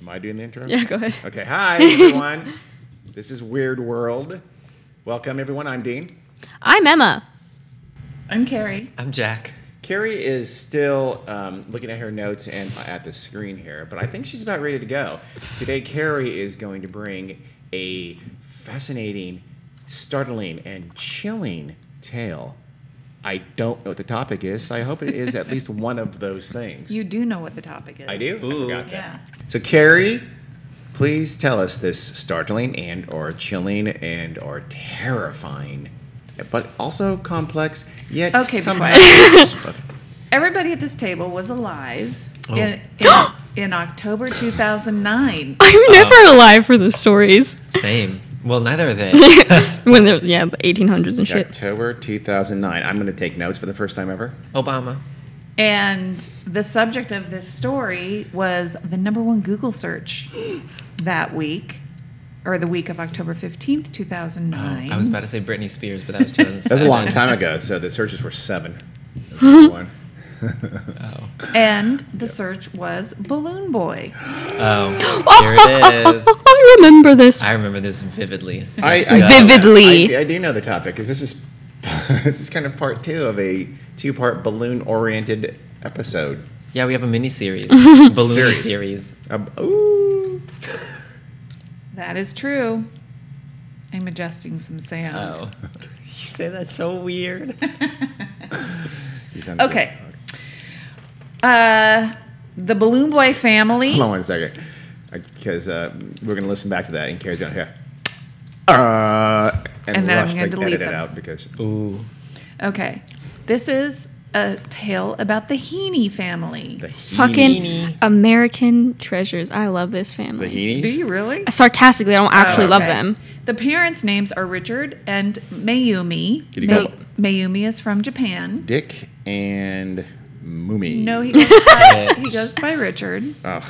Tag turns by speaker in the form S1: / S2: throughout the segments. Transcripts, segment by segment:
S1: Am I doing the intro?
S2: Yeah, go ahead.
S1: Okay. Hi, everyone. this is Weird World. Welcome, everyone. I'm Dean.
S2: I'm Emma.
S3: I'm Carrie.
S4: I'm Jack.
S1: Carrie is still um, looking at her notes and at the screen here, but I think she's about ready to go. Today, Carrie is going to bring a fascinating, startling, and chilling tale. I don't know what the topic is. So I hope it is at least one of those things.
S3: You do know what the topic is.
S1: I do. I
S4: Ooh.
S1: forgot that.
S3: Yeah.
S1: So Carrie, please tell us this startling and or chilling and or terrifying, but also complex yet
S3: Okay,
S1: somehow.
S3: Everybody at this table was alive
S4: Oh.
S3: in, in, in October 2009.
S2: I'm never alive for the stories.
S4: Same. Well, neither are they.
S2: when they're yeah, the 1800s and shit.
S1: October 2009. I'm going to take notes for the first time ever.
S4: Obama.
S3: And the subject of this story was the number one Google search that week, or the week of October 15th,
S4: Oh,
S3: 2009.
S4: I was about to say Britney Spears, but that was 2007.
S1: That was a long time ago, so the searches were seven. That's a good one.
S4: Oh.
S3: and the search was Balloon Boy.
S4: Oh, here it is.
S2: I remember this.
S4: I remember this vividly.
S1: I,
S4: Let's
S1: I
S4: go.
S2: Vividly.
S1: I, I do know the topic because this is this is kind of part two of a two-part balloon-oriented episode.
S4: Yeah, we have a mini series. Balloon
S1: Series.
S4: series.
S1: Um, ooh.
S3: That is true. I'm adjusting some sound.
S4: Oh. You say that's so weird.
S1: You sound good.
S3: Okay. Uh, the Balloon Boy family.
S1: Hold on one second, because uh, we're going to listen back to that, and Carrie's going to hear. Uh, and,
S3: And then I'm
S1: rush
S3: gonna
S1: to
S3: delete
S1: edit it
S3: them.
S1: out because
S4: Ooh.
S3: Okay. This is a tale about the Heaney family.
S1: the he-
S2: Fucking
S4: Heaney.
S2: American treasures. I love this
S1: the
S2: family.
S1: Heenies.
S3: Do you really?
S2: Oh, Sarcastically, I don't actually
S3: Oh,
S2: love
S3: okay.
S2: them.
S3: The parents' names are Richard and Mayumi.
S1: Did he go-
S3: Mayumi is from Japan.
S1: Dick and Moomy.
S3: No, he goes, by, he goes by Richard.
S1: Ugh,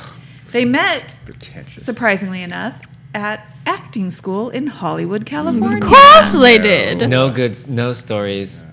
S3: They met,
S1: pretentious.
S3: surprisingly enough, at acting school in Hollywood, California.
S2: Of course they
S1: No.
S2: did.
S4: No good, s- no stories.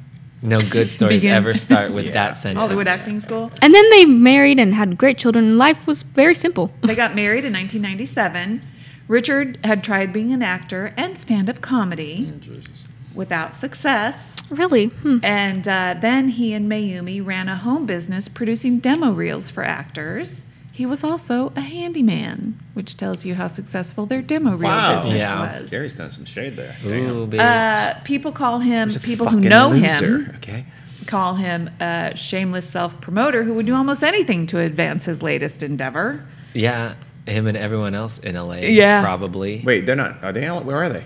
S4: No good stories
S3: Begin.
S4: ever start with
S1: Yeah.
S4: that sentence.
S3: Hollywood acting school.
S2: And then they married and had great children. and Life was very simple.
S3: They got married in 1997. Richard had tried being an actor and stand up comedy
S1: Jesus.
S3: without success.
S2: Really? Hmm.
S3: And uh, then he and Mayumi ran a home business producing demo reels for actors. He was also a handyman, which tells you how successful their demo reel
S1: Wow.
S3: business
S4: Yeah.
S3: was.
S1: Carrie's done some shade there.
S4: Ooh, bitch.
S3: Uh, people call him,
S1: He's a
S3: people who
S1: fucking
S3: know
S1: loser,
S3: him,
S1: Okay.
S3: call him a shameless self promoter who would do almost anything to advance his latest endeavor.
S4: yeah, him and everyone else in LA.
S3: Yeah.
S4: Probably.
S1: Wait, they're not. Are they? out- Where are they?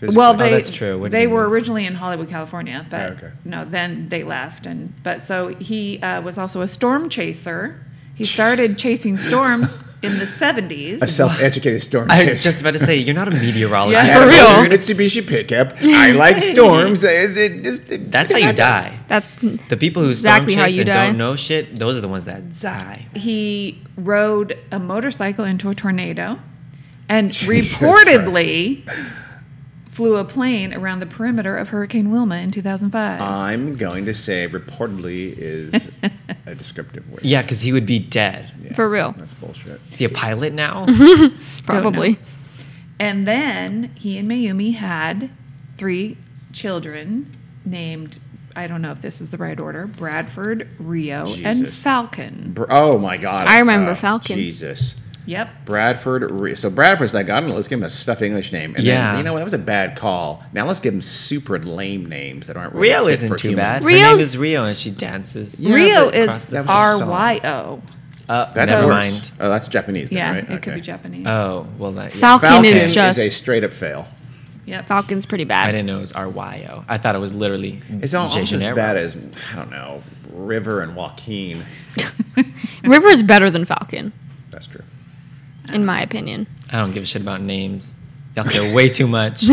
S1: Physically?
S3: Well, they,
S4: Oh, that's true. What do
S3: they
S4: you
S3: were
S4: mean? Oh,
S3: originally in Hollywood, California, but
S1: okay.
S3: no, then they left. And but so he uh, was also a storm chaser. He started chasing storms in the
S1: a
S3: seventies.
S1: self-educated storm.
S4: I
S1: chaser.
S4: was just about to say, you're not a meteorologist.
S3: Yeah. For
S1: I
S2: real.
S1: ordered a Mitsubishi pickup. I like storms. It- it just- it-
S4: That's how you die.
S2: That's
S4: The people who
S2: Exactly how
S4: storm chase
S2: you
S4: and
S2: die.
S4: don't know shit, those are the ones that die.
S3: He rode a motorcycle into a tornado, and
S1: Jesus
S3: reportedly flew a plane around the perimeter of Hurricane Wilma in two thousand five.
S1: I'm going to say reportedly is a descriptive word.
S4: Yeah, because he would be dead.
S2: for real.
S1: That's bullshit.
S4: Is he a pilot now?
S2: Probably.
S3: And then he and Mayumi had three children named, I don't know if this is the right order Bradford, Rio, and
S1: Jesus.
S3: Falcon.
S1: Br- Oh my god.
S2: I remember
S1: Oh,
S2: Falcon.
S1: Jesus.
S3: Yep.
S1: Bradford. Re- So Bradford's like, I don't know, let's give him a stuffed English name. And
S4: Yeah.
S1: Then, you know what? That was a bad call. Now let's give him super lame names that aren't really
S4: Rio
S1: fit
S4: isn't
S1: for
S4: too
S1: humans.
S4: bad. Her name
S2: Rio's-
S4: is Rio, and she dances.
S1: Yeah,
S3: Rio
S1: but
S4: cross
S3: is
S4: this-
S1: That was
S3: R
S1: a song.
S3: Y O.
S4: Uh,
S1: That's
S4: never
S1: worse.
S4: mind.
S1: Oh, that's Japanese. Then,
S3: Yeah,
S1: right?
S3: it could
S1: Okay. Uh,
S3: be Japanese.
S4: Oh well, that, yeah.
S2: Falcon,
S1: Falcon
S2: is just
S1: a straight up fail.
S3: yep.
S2: Falcon's pretty
S4: I
S2: bad.
S4: didn't know it was R Y O. I thought it was literally.
S1: It's almost
S4: Jay
S1: as
S4: Janeiro.
S1: bad as I don't know River and Joaquin.
S2: River is better than Falcon,
S1: That's true.
S4: Oh.
S2: in my opinion.
S4: I don't give a shit about names. Y'all care way too much.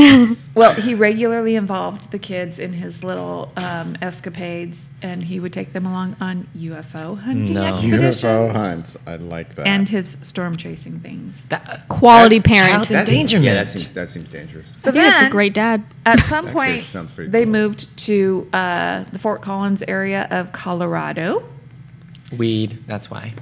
S3: Well, he regularly involved the kids in his little um, escapades, and he would take them along on UFO hunting
S4: No.
S3: expeditions
S1: hunts. I like that.
S3: and his storm chasing things.
S4: That, uh,
S2: Quality
S4: that's
S2: parent.
S4: Child endangerment.
S1: Yeah, that seems that seems dangerous.
S3: So
S2: I think it's a
S3: then-
S2: great dad.
S3: At some
S1: Actually,
S3: point,
S1: it sounds pretty
S3: they
S1: cool.
S3: moved to uh, the Fort Collins area of Colorado.
S4: Weed. That's why.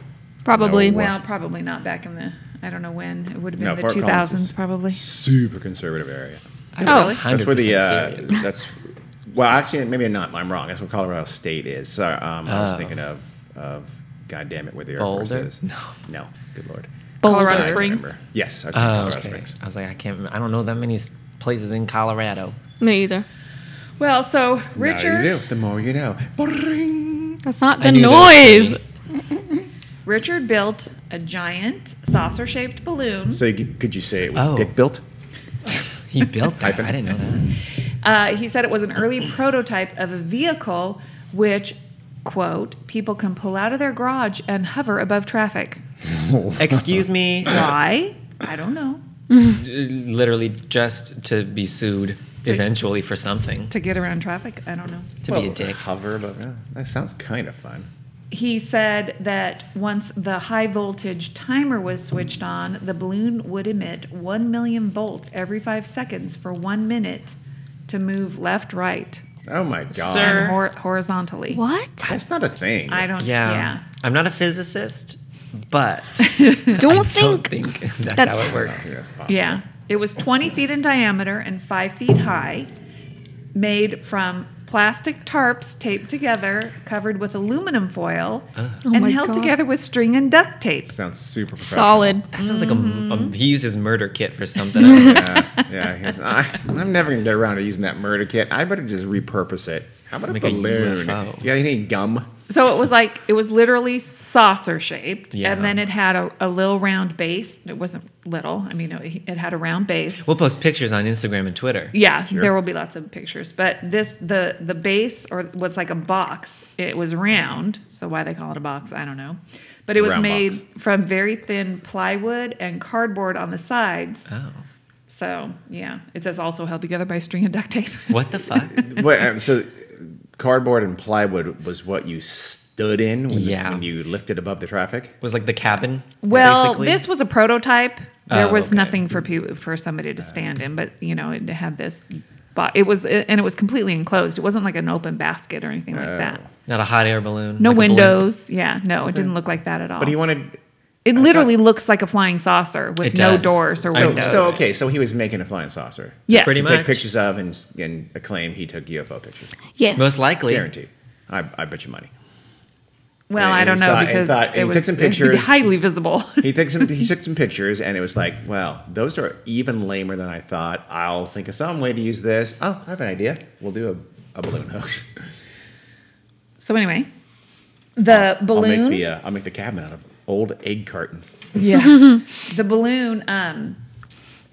S2: Probably.
S1: No.
S3: Well, probably not back in the I don't know when. It would have
S1: No,
S3: been the
S1: Fort
S3: two
S1: Collins
S3: thousands
S1: is
S3: probably.
S1: Super conservative area.
S4: I was
S2: really?
S1: That's where the
S4: 100%
S1: uh,
S4: serious.
S1: that's well, actually, maybe not. I'm wrong. That's where Colorado State is. So um, I was
S4: Oh.
S1: thinking of of God damn it, where the Air
S4: Boulder?
S1: Force is.
S4: No.
S1: no, good lord.
S3: Colorado
S1: I don't
S3: Springs?
S1: remember. Yes, I was thinking
S4: Oh,
S1: Colorado
S4: okay.
S1: Springs.
S4: I was like, I can't. remember. I don't know that many s- places in Colorado.
S2: Me either.
S3: Well, so
S1: Now
S3: Richard
S1: you do. The more you know. Boring.
S2: That's not
S4: I
S2: the
S4: knew there was
S2: noise.
S4: many.
S3: Richard built a giant saucer-shaped balloon.
S1: So you, could you say it was
S4: Oh.
S1: dick built?
S4: He built that.
S1: Hyphen.
S4: I didn't know that.
S3: Uh, he said it was an early prototype of a vehicle which, quote, people can pull out of their garage and hover above traffic.
S4: Excuse me.
S3: Why? I don't know.
S4: Literally just to be sued eventually for something.
S3: To get around traffic? I don't know.
S4: To be a
S1: Well,
S4: dick.
S1: Hover above. yeah, that sounds kind of fun.
S3: He said that once the high voltage timer was switched on, the balloon would emit 1 million volts every five seconds for one minute to move left, right,
S1: Oh my god.
S4: Sir.
S3: and hor- horizontally.
S2: What?
S1: That's not a thing.
S3: I don't,
S4: Yeah.
S3: yeah.
S4: I'm not a physicist, but
S2: Don't
S4: I don't
S2: think.
S4: think that's,
S2: that's-
S4: how
S1: I
S4: it
S1: don't
S4: works.
S1: think that's possible.
S3: Yeah. It was 20 feet in diameter and five feet high, made from plastic tarps taped together, covered with aluminum foil,
S4: Uh.
S2: Oh
S3: and
S2: my
S3: held
S2: God.
S3: together with string and duct tape.
S1: Sounds super professional.
S2: Solid.
S4: That sounds like a,
S3: Mm-hmm.
S4: a- he used his murder kit for something. else.
S1: yeah, yeah. he was, I, I'm never gonna get around to using that murder kit. I better just repurpose it. How about
S4: Make
S1: a
S4: a
S1: balloon?
S4: UFO.
S1: yeah, you need gum.
S3: So it was like, it was literally saucer shaped,
S4: Yeah.
S3: and then it had a, a little round base. It wasn't little, I mean, it, it had a round base.
S4: we'll post pictures on Instagram and Twitter.
S3: Yeah, there will be lots of pictures, but this the the base or was like a box. It was round, so why they call it a box, I don't know. But it was
S1: Round
S3: made
S1: box.
S3: from very thin plywood and cardboard on the sides.
S4: Oh,
S3: So yeah, it says also held together by string and duct tape.
S4: what the fuck?
S1: Wait, um, so cardboard and plywood was what you stood in when, the-
S4: Yeah.
S1: when you lifted above the traffic.
S4: was like the cabin.
S3: Well,
S4: basically?
S3: this was a prototype. There
S4: Oh,
S3: was
S4: okay.
S3: nothing for people for somebody to stand in, but you know it had this. But it was and it was completely enclosed. It wasn't like an open basket or anything like that.
S1: Oh.
S4: not a hot air balloon.
S3: No
S4: like a balloon.
S3: windows. Yeah, no, it didn't look like that at all.
S1: But
S4: Oh.
S1: he wanted.
S3: It literally looks like a flying saucer with
S4: It
S3: no
S4: does.
S3: doors or
S4: I-
S1: So,
S3: windows.
S1: so okay, so he was making a flying saucer.
S3: yes.
S4: pretty
S1: To
S4: much.
S1: take pictures of and and acclaim he took UFO pictures.
S2: Yes.
S4: Most likely.
S1: Guaranteed. I, I bet you money.
S3: Well, I
S1: And
S3: don't
S1: he
S3: know
S1: saw- and
S3: because
S1: thought- and
S3: it
S1: he
S3: was
S1: took some pictures.
S3: highly visible.
S1: He took some. he took some pictures, and it was like, well, those are even lamer than I thought. I'll think of some way to use this. Oh, I have an idea. We'll do a, a balloon hoax.
S3: so anyway, the
S1: I'll make
S3: balloon.
S1: the uh, I'll make the cabinet out of old egg cartons.
S3: yeah, the balloon um,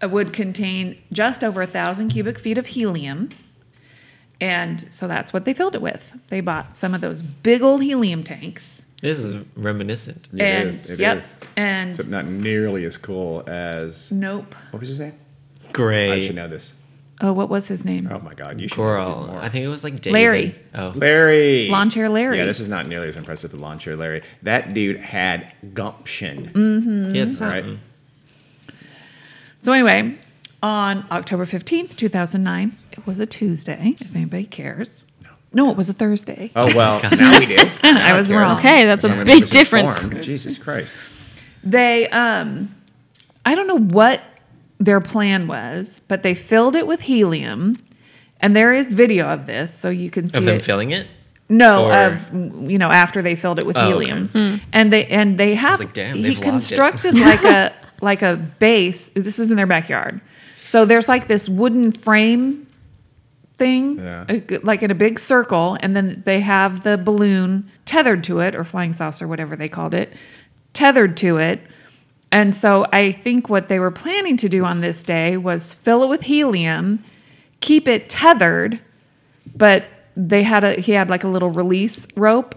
S3: would contain just over a thousand cubic feet of helium, and so that's what they filled it with. They bought some of those big old helium tanks,
S4: This is reminiscent.
S1: It
S3: and
S1: is, it
S3: yep,
S1: is.
S3: and
S1: Except not nearly as cool as
S3: nope.
S1: what was his name? I should
S4: Great.
S1: know this.
S3: Oh, what was his name?
S1: Oh my god, you should know this even
S4: Coral.
S1: more.
S4: I think it was like David.
S3: Larry.
S4: Oh,
S1: Larry.
S3: Lawn Chair Larry.
S1: Yeah, this is not nearly as impressive as lawn chair Larry. That dude had gumption.
S4: he had something.
S1: Right.
S3: So anyway, on October 15th, 2009, it was a Tuesday, if anybody cares. No, it was a Thursday.
S1: Oh well, now we do. Now
S3: I was
S1: care.
S3: wrong.
S2: Okay, that's a
S1: I'm gonna
S2: big
S1: misinform.
S2: difference.
S1: Jesus Christ.
S3: They um I don't know what their plan was, but they filled it with helium. And there is video of this, so you can see
S4: Of them
S3: it.
S4: filling it.
S3: No,
S4: Or-
S3: of you know after they filled it with
S4: Oh, okay.
S3: helium, and they and they have
S4: like, damn,
S3: he
S4: they've logged it.
S3: constructed like a like a base. This is in their backyard, so there's like this wooden frame thing,
S1: Yeah.
S3: uh, like in a big circle, and then they have the balloon tethered to it or flying saucer, whatever they called it, tethered to it. And so I think what they were planning to do on this day was fill it with helium, keep it tethered but they had a he had like a little release rope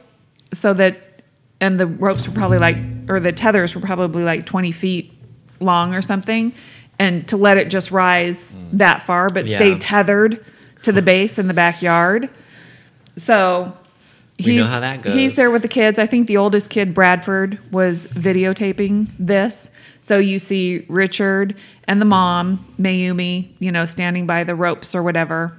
S3: so that and the ropes were probably like or the tethers were probably like 20 feet long or something and to let it just rise that far but stay
S4: Mm. Yeah.
S3: tethered to the base in the backyard so
S4: We know how that
S3: He's
S4: goes.
S3: there with the kids. I think the oldest kid, Bradford, was videotaping this. So you see Richard and the mom, Mayumi, you know, standing by the ropes or whatever,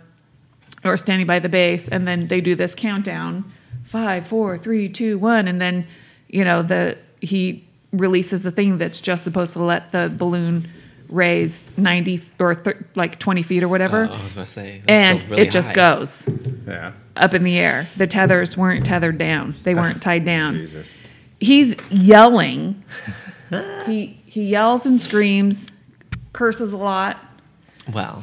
S3: or standing by the base, and then they do this countdown: five, four, three, two, one, and then you know the he releases the thing that's just supposed to let the balloon raise 90 or thir- like 20 feet or whatever.
S4: Oh, I was about to say. that's
S3: and
S4: still Uh, really
S3: it just
S4: high.
S3: goes
S1: Yeah.
S3: up in the air. The tethers weren't tethered down. They weren't tied down.
S1: Jesus.
S3: He's yelling. he he yells and screams, curses a lot.
S4: Wow.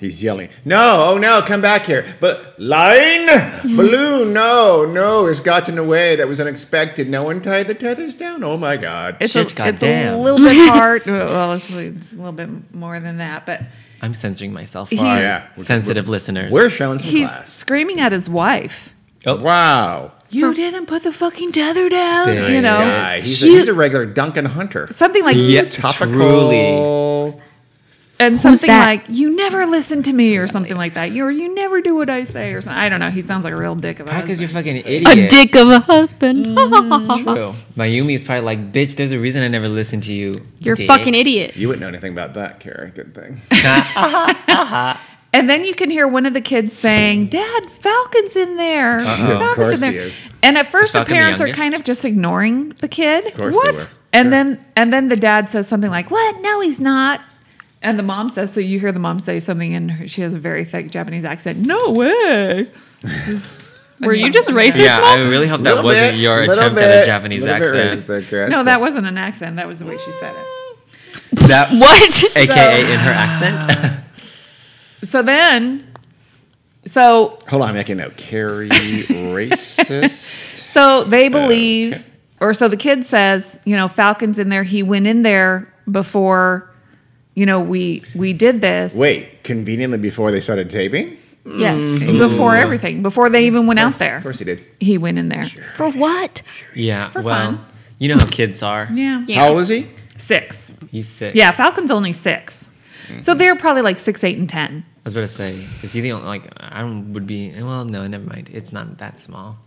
S1: He's yelling, "No! Oh no! Come back here!" But line, balloon, no, no! It's gotten away. That was unexpected. No one tied the tethers down. Oh my God!
S3: It's,
S4: Shit,
S3: a, it's a
S4: goddamn.
S3: little bit hard. Well, it's, it's a little bit more than that, but
S4: I'm censoring myself for
S3: He-
S4: our
S1: Yeah.
S4: sensitive listeners.
S1: We're showing some
S3: he's
S1: class.
S3: screaming at his wife.
S4: oh,
S1: Wow!
S3: You didn't put the fucking tether down.
S4: There
S3: you
S4: is
S3: know,
S1: Guy. He's, a,
S3: You-
S1: he's a regular Duncan Hunter.
S3: something like
S4: Yeah,
S1: Topical.
S4: truly.
S3: and something
S2: that?
S3: like you never listen to me or something like that. You or you never do what I say or something. I don't know. He sounds like a real dick about
S4: Because
S3: it.
S4: you're fucking idiot.
S2: A dick of a husband. Mm,
S4: True. Mayumi is probably like, bitch. There's a reason I never listened to you.
S2: You're a
S4: dick."
S2: fucking idiot.
S1: You wouldn't know anything about that, Carrie. Good thing.
S3: And then you can hear one of the kids saying, "Dad, Falcon's in there.
S1: Uh-oh. Of
S3: Falcon's
S1: course
S3: in
S1: he
S3: there."
S1: is.
S3: And at first,
S4: Is
S3: the
S4: Falcon the
S3: parents are
S4: youngest?
S3: kind of just ignoring the kid. Of
S1: course they
S3: what?
S1: were.
S3: And
S1: Sure.
S3: then and then the dad says something like, "What? No, he's not." And the mom says, so you hear the mom say something, and her- she has a very thick Japanese accent. No way. This is-
S2: Were you just racist,
S4: Yeah, I
S2: Mom?
S4: really hope that
S1: Little
S4: wasn't
S1: bit,
S4: your
S1: little
S4: attempt
S1: bit,
S4: at a Japanese
S1: little bit racist
S4: accent,
S1: there, Carrie.
S3: no,
S1: That's
S3: that
S1: cool.
S3: wasn't an accent. That was the way she said it.
S4: that,
S2: What?
S4: aka in her accent.
S3: So then, so
S1: Hold on, I'm making a note. Carrie racist.
S3: So they believe, or so the kid says, you know, Falcon's in there. He went in there before, you know, we we did this
S1: Wait, conveniently before they started taping.
S2: yes.
S3: before everything, before they even went out there.
S1: Of course he did.
S3: He went in there.
S2: For what?
S4: yeah.
S3: For
S4: well,
S3: fun.
S4: you know how kids are.
S3: Yeah.
S2: Yeah.
S1: How old is he?
S3: six.
S4: He's sick.
S3: Yeah, Falcon's only 6
S1: Mm-hmm.
S3: so they're probably like six, eight, and ten.
S4: I was about to say, is he the only like? I would be. Well, no, never mind. It's not that small.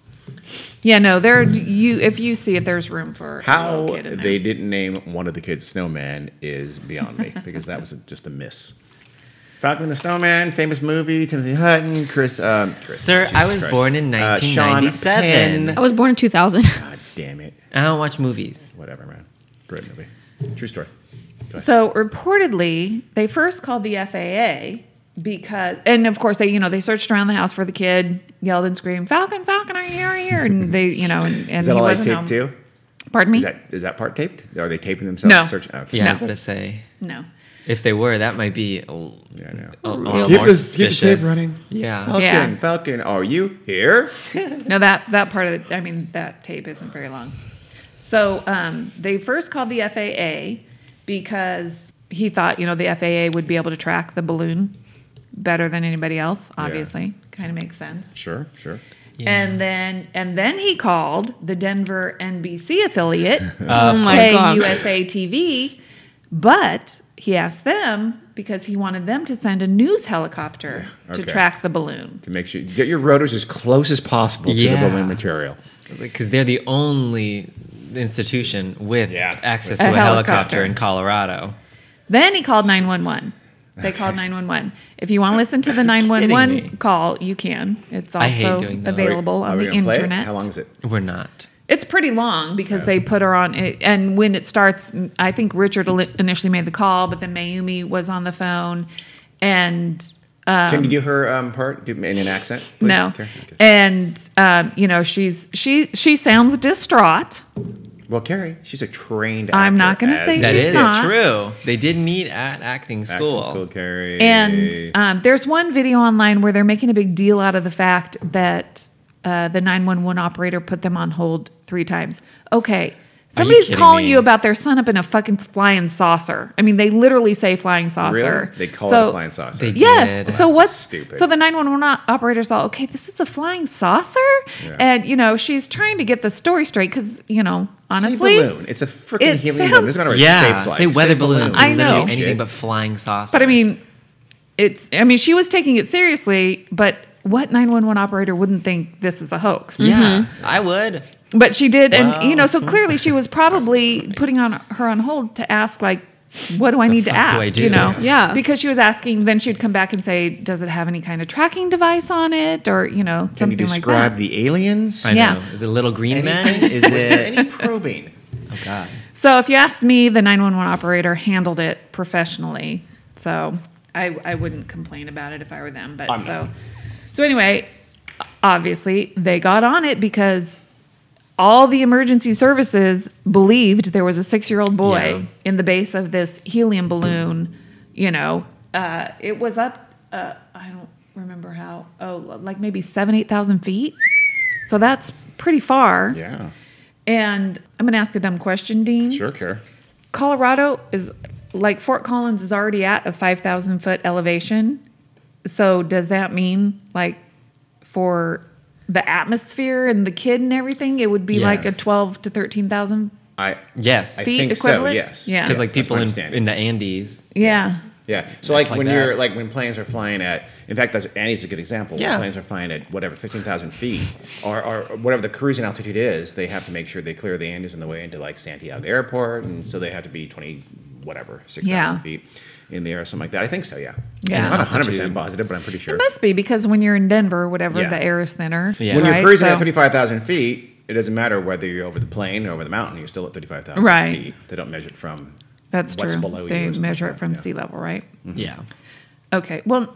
S3: Yeah, no, there. You, if you see it, there's room for a
S4: Oh,
S1: How
S3: little kid in there.
S1: they didn't name one of the kids Snowman is beyond me because that was just a miss. Falcon the Snowman, famous movie, Timothy Hutton, Chris. Um, Chris
S4: Sir,
S1: Jesus
S4: I was
S1: Christ.
S4: born in Oh.
S1: Uh, Sean
S4: 1997.
S1: Penn.
S2: I was born in 2000.
S1: God damn it.
S4: I don't watch movies.
S1: Whatever, man. Great movie. True story.
S3: So reportedly, they first called the FAA because, and of course, they you know they searched around the house for the kid, yelled and screamed, "Falcon, Falcon, are you here? Are you here?" And they, you know, and, and
S1: Is that
S3: he
S1: all I
S3: wasn't
S1: taped
S3: home.
S1: too?
S3: Pardon me?
S1: Is that is that part taped? Are they taping themselves?
S3: No.
S1: Search? Okay.
S4: Yeah, I
S3: No.
S4: was about to say,
S3: no.
S4: if they were, that might be a, a,
S1: Yeah, I know.
S4: a
S1: Keep
S4: little more
S1: this- keep the tape
S4: suspicious.
S1: running. Oh.
S4: Yeah.
S1: Falcon,
S3: Yeah.
S1: Falcon, are you here?
S3: No, that that part of the, I mean, that tape isn't very long. So um, they first called the FAA because he thought, you know, the FAA would be able to track the balloon better than anybody else. Obviously, kind of makes sense.
S1: Sure, sure.
S3: And then and then he called the Denver NBC affiliate,
S2: oh my god.
S3: KUSA TV, but he asked them because he wanted them to send a news helicopter to
S1: Okay.
S3: track the balloon.
S1: To make sure you get your rotors as close as possible to
S4: Yeah.
S1: the balloon material.
S4: Because they're the only institution with
S1: Yeah.
S4: access
S3: A
S4: to a helicopter.
S3: helicopter.
S4: in Colorado.
S3: Then he called 911. They called 911. If you want to listen to the
S4: kidding
S3: 911
S4: me?
S3: call, you can. It's
S4: I hate
S3: also
S4: doing that.
S3: available
S1: Are
S3: on
S1: we
S3: the
S1: gonna play it?
S3: internet.
S1: How long is it?
S4: We're not.
S3: It's pretty long because they put her on it. And when it starts, I think Richard li- initially made the call, but then Mayumi was on the phone. And
S1: Can you do her um, part do, in an accent? please?
S3: no.
S1: Okay, okay.
S3: And, um, you know, she's she she sounds distraught.
S1: Well, Carrie, she's a trained.
S3: I'm
S1: actor
S3: not gonna
S1: as
S3: say
S4: That
S3: She's
S4: is
S3: not.
S4: true. They did meet at acting
S1: acting
S4: school.
S1: school, Carrie.
S3: And um, there's one video online where they're making a big deal out of the fact that uh, the 911 operator put them on hold three times. Okay. Somebody's
S4: kidding
S3: calling
S4: me?
S3: you about their son up in a fucking flying saucer. I mean, they literally say flying
S1: really,
S3: saucer.
S1: they call
S3: So-
S1: it a flying saucer.
S4: They-
S3: Yes.
S4: did.
S3: So
S1: That's
S3: what's
S1: stupid.
S3: So the 911 o- operator saw, okay, this is a flying saucer,
S1: Yeah.
S3: and you know she's trying to get the story straight because you know
S1: Say
S3: honestly,
S1: balloon. It's a freaking
S3: it
S1: helium
S3: sounds-
S1: balloon. It doesn't matter what
S4: Yeah.
S1: it's shaped like.
S4: Say weather balloons.
S3: I
S4: I
S3: know.
S4: know. Anything but flying saucer.
S3: But I mean, it's. I mean, she was taking it seriously, but what 911 operator wouldn't think this is a hoax? Mm-hmm.
S4: yeah, I would.
S3: But she did, and you
S4: Wow.
S3: know, so clearly she was probably putting on her on hold to ask like. What do I need to
S4: fuck
S3: ask?
S4: do I do?
S3: You know,
S2: Yeah.
S3: because she was asking. Then she'd come back and say, "Does it have any kind of tracking device on it, or you know,
S1: Can
S3: something
S1: you
S3: like that?"
S1: describe the aliens?
S4: I
S3: Yeah.
S4: know. Is it little green
S1: Anything?
S4: men? Is
S1: Was there
S4: it?
S1: any probing?
S4: Oh God.
S3: So if you ask me, the 911 operator handled it professionally. So I, I wouldn't complain about it if I were them. But
S1: I'm
S3: so
S1: not.
S3: so anyway, obviously they got on it because all the emergency services believed there was a six-year-old boy
S4: Yeah.
S3: in the base of this helium balloon. You know, uh, it was up. Uh, I don't remember how. Oh, like maybe seven, eight thousand feet. So that's pretty far.
S1: Yeah.
S3: And I'm going to ask a dumb question, Dean.
S1: Sure, care.
S3: Colorado is like Fort Collins is already at a 5,000 foot elevation. So does that mean like for the atmosphere and the kid and everything, it would be like a
S4: Yes.
S3: 12 to 13,000?
S1: I
S4: Yes.
S1: I
S3: Feet
S1: think so.
S3: equivalent?
S1: Yes.
S3: Yeah.
S4: Because like
S1: That's
S4: people
S1: my
S4: in,
S1: understanding.
S4: in the Andes.
S3: Yeah.
S1: Yeah. So like,
S4: like
S1: when
S4: that.
S1: you're like when planes are flying at in fact that's Annie's a good example.
S4: Yeah.
S1: When planes are flying at whatever fifteen thousand feet or, or whatever the cruising altitude is, they have to make sure they clear the Andes on the way into like Santiago Airport and so they have to be twenty whatever, six thousand
S3: Yeah.
S1: feet in the air or something like that. I think so, yeah.
S3: Yeah.
S1: I'm not hundred percent
S4: Altitude.
S1: positive, but I'm pretty sure.
S3: It must be because when you're in Denver, whatever,
S1: Yeah.
S3: the air is thinner.
S4: Yeah.
S1: When you're
S3: right?
S1: cruising
S3: So-
S1: at thirty five thousand feet, it doesn't matter whether you're over the plane or over the mountain, you're still at thirty five thousand
S3: Right.
S1: feet. They don't measure it from
S3: That's
S1: what's
S3: true.
S1: below you
S3: they
S1: or something
S3: measure
S1: like
S3: it from
S1: that, yeah.
S3: sea level, right?
S4: Yeah.
S3: Okay. Well,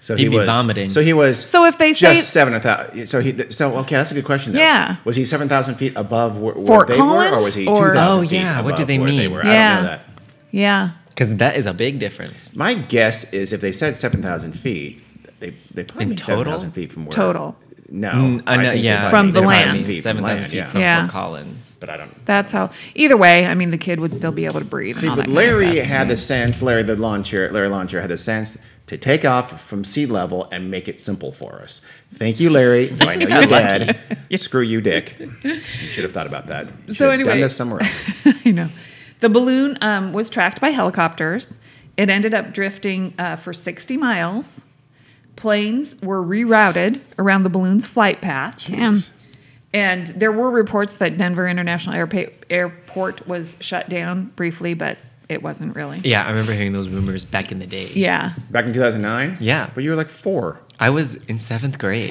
S1: So
S4: He'd
S1: he
S4: be
S1: was
S4: vomiting.
S1: So he was.
S3: So if they say-
S1: just seven thousand, so he so okay, that's a good question. Though.
S3: Yeah.
S1: was he seven thousand feet above where, where
S3: Fort
S1: they were, or
S3: Collins,
S1: was he two
S3: or-
S1: thousand?
S4: Oh, yeah, what do they
S1: where They
S4: mean?
S1: were? I
S3: Yeah.
S1: don't know that.
S3: yeah.
S4: Because that is a big difference.
S1: My guess is if they said seven thousand feet, they they probably
S4: In
S1: mean
S4: total?
S1: seven thousand feet from where
S3: total.
S1: No,
S4: Mm, I
S1: Oh, I
S4: know,
S1: think they
S4: yeah.
S1: probably
S3: From
S1: mean 7,000
S3: the land.
S1: feet from
S4: 7,000 feet
S1: yeah.
S4: from
S3: Yeah.
S4: Fort Collins.
S1: But I don't.
S3: That's how. Either way, I mean, the kid would still be able to breathe.
S1: See,
S3: and all
S1: but
S3: that kind of
S1: Larry
S3: stuff.
S1: had the sense. Larry the lawn chair. Larry lawn chair had the sense to take off from sea level and make it simple for us. Thank you, Larry. Though I know you're dead. Screw you, Dick. You should have thought about that. You should have
S3: anyway-
S1: done this somewhere else.
S3: I know. The balloon um, was tracked by helicopters. It ended up drifting uh, for 60 miles. Planes were rerouted around the balloon's flight path.
S2: Damn.
S3: And there were reports that Denver International Airpa- Airport was shut down briefly, but it wasn't really.
S4: Yeah, I remember hearing those rumors back in the day.
S3: Yeah.
S1: Back in 2009.
S4: Yeah.
S1: but you were like four.
S4: I was in seventh grade.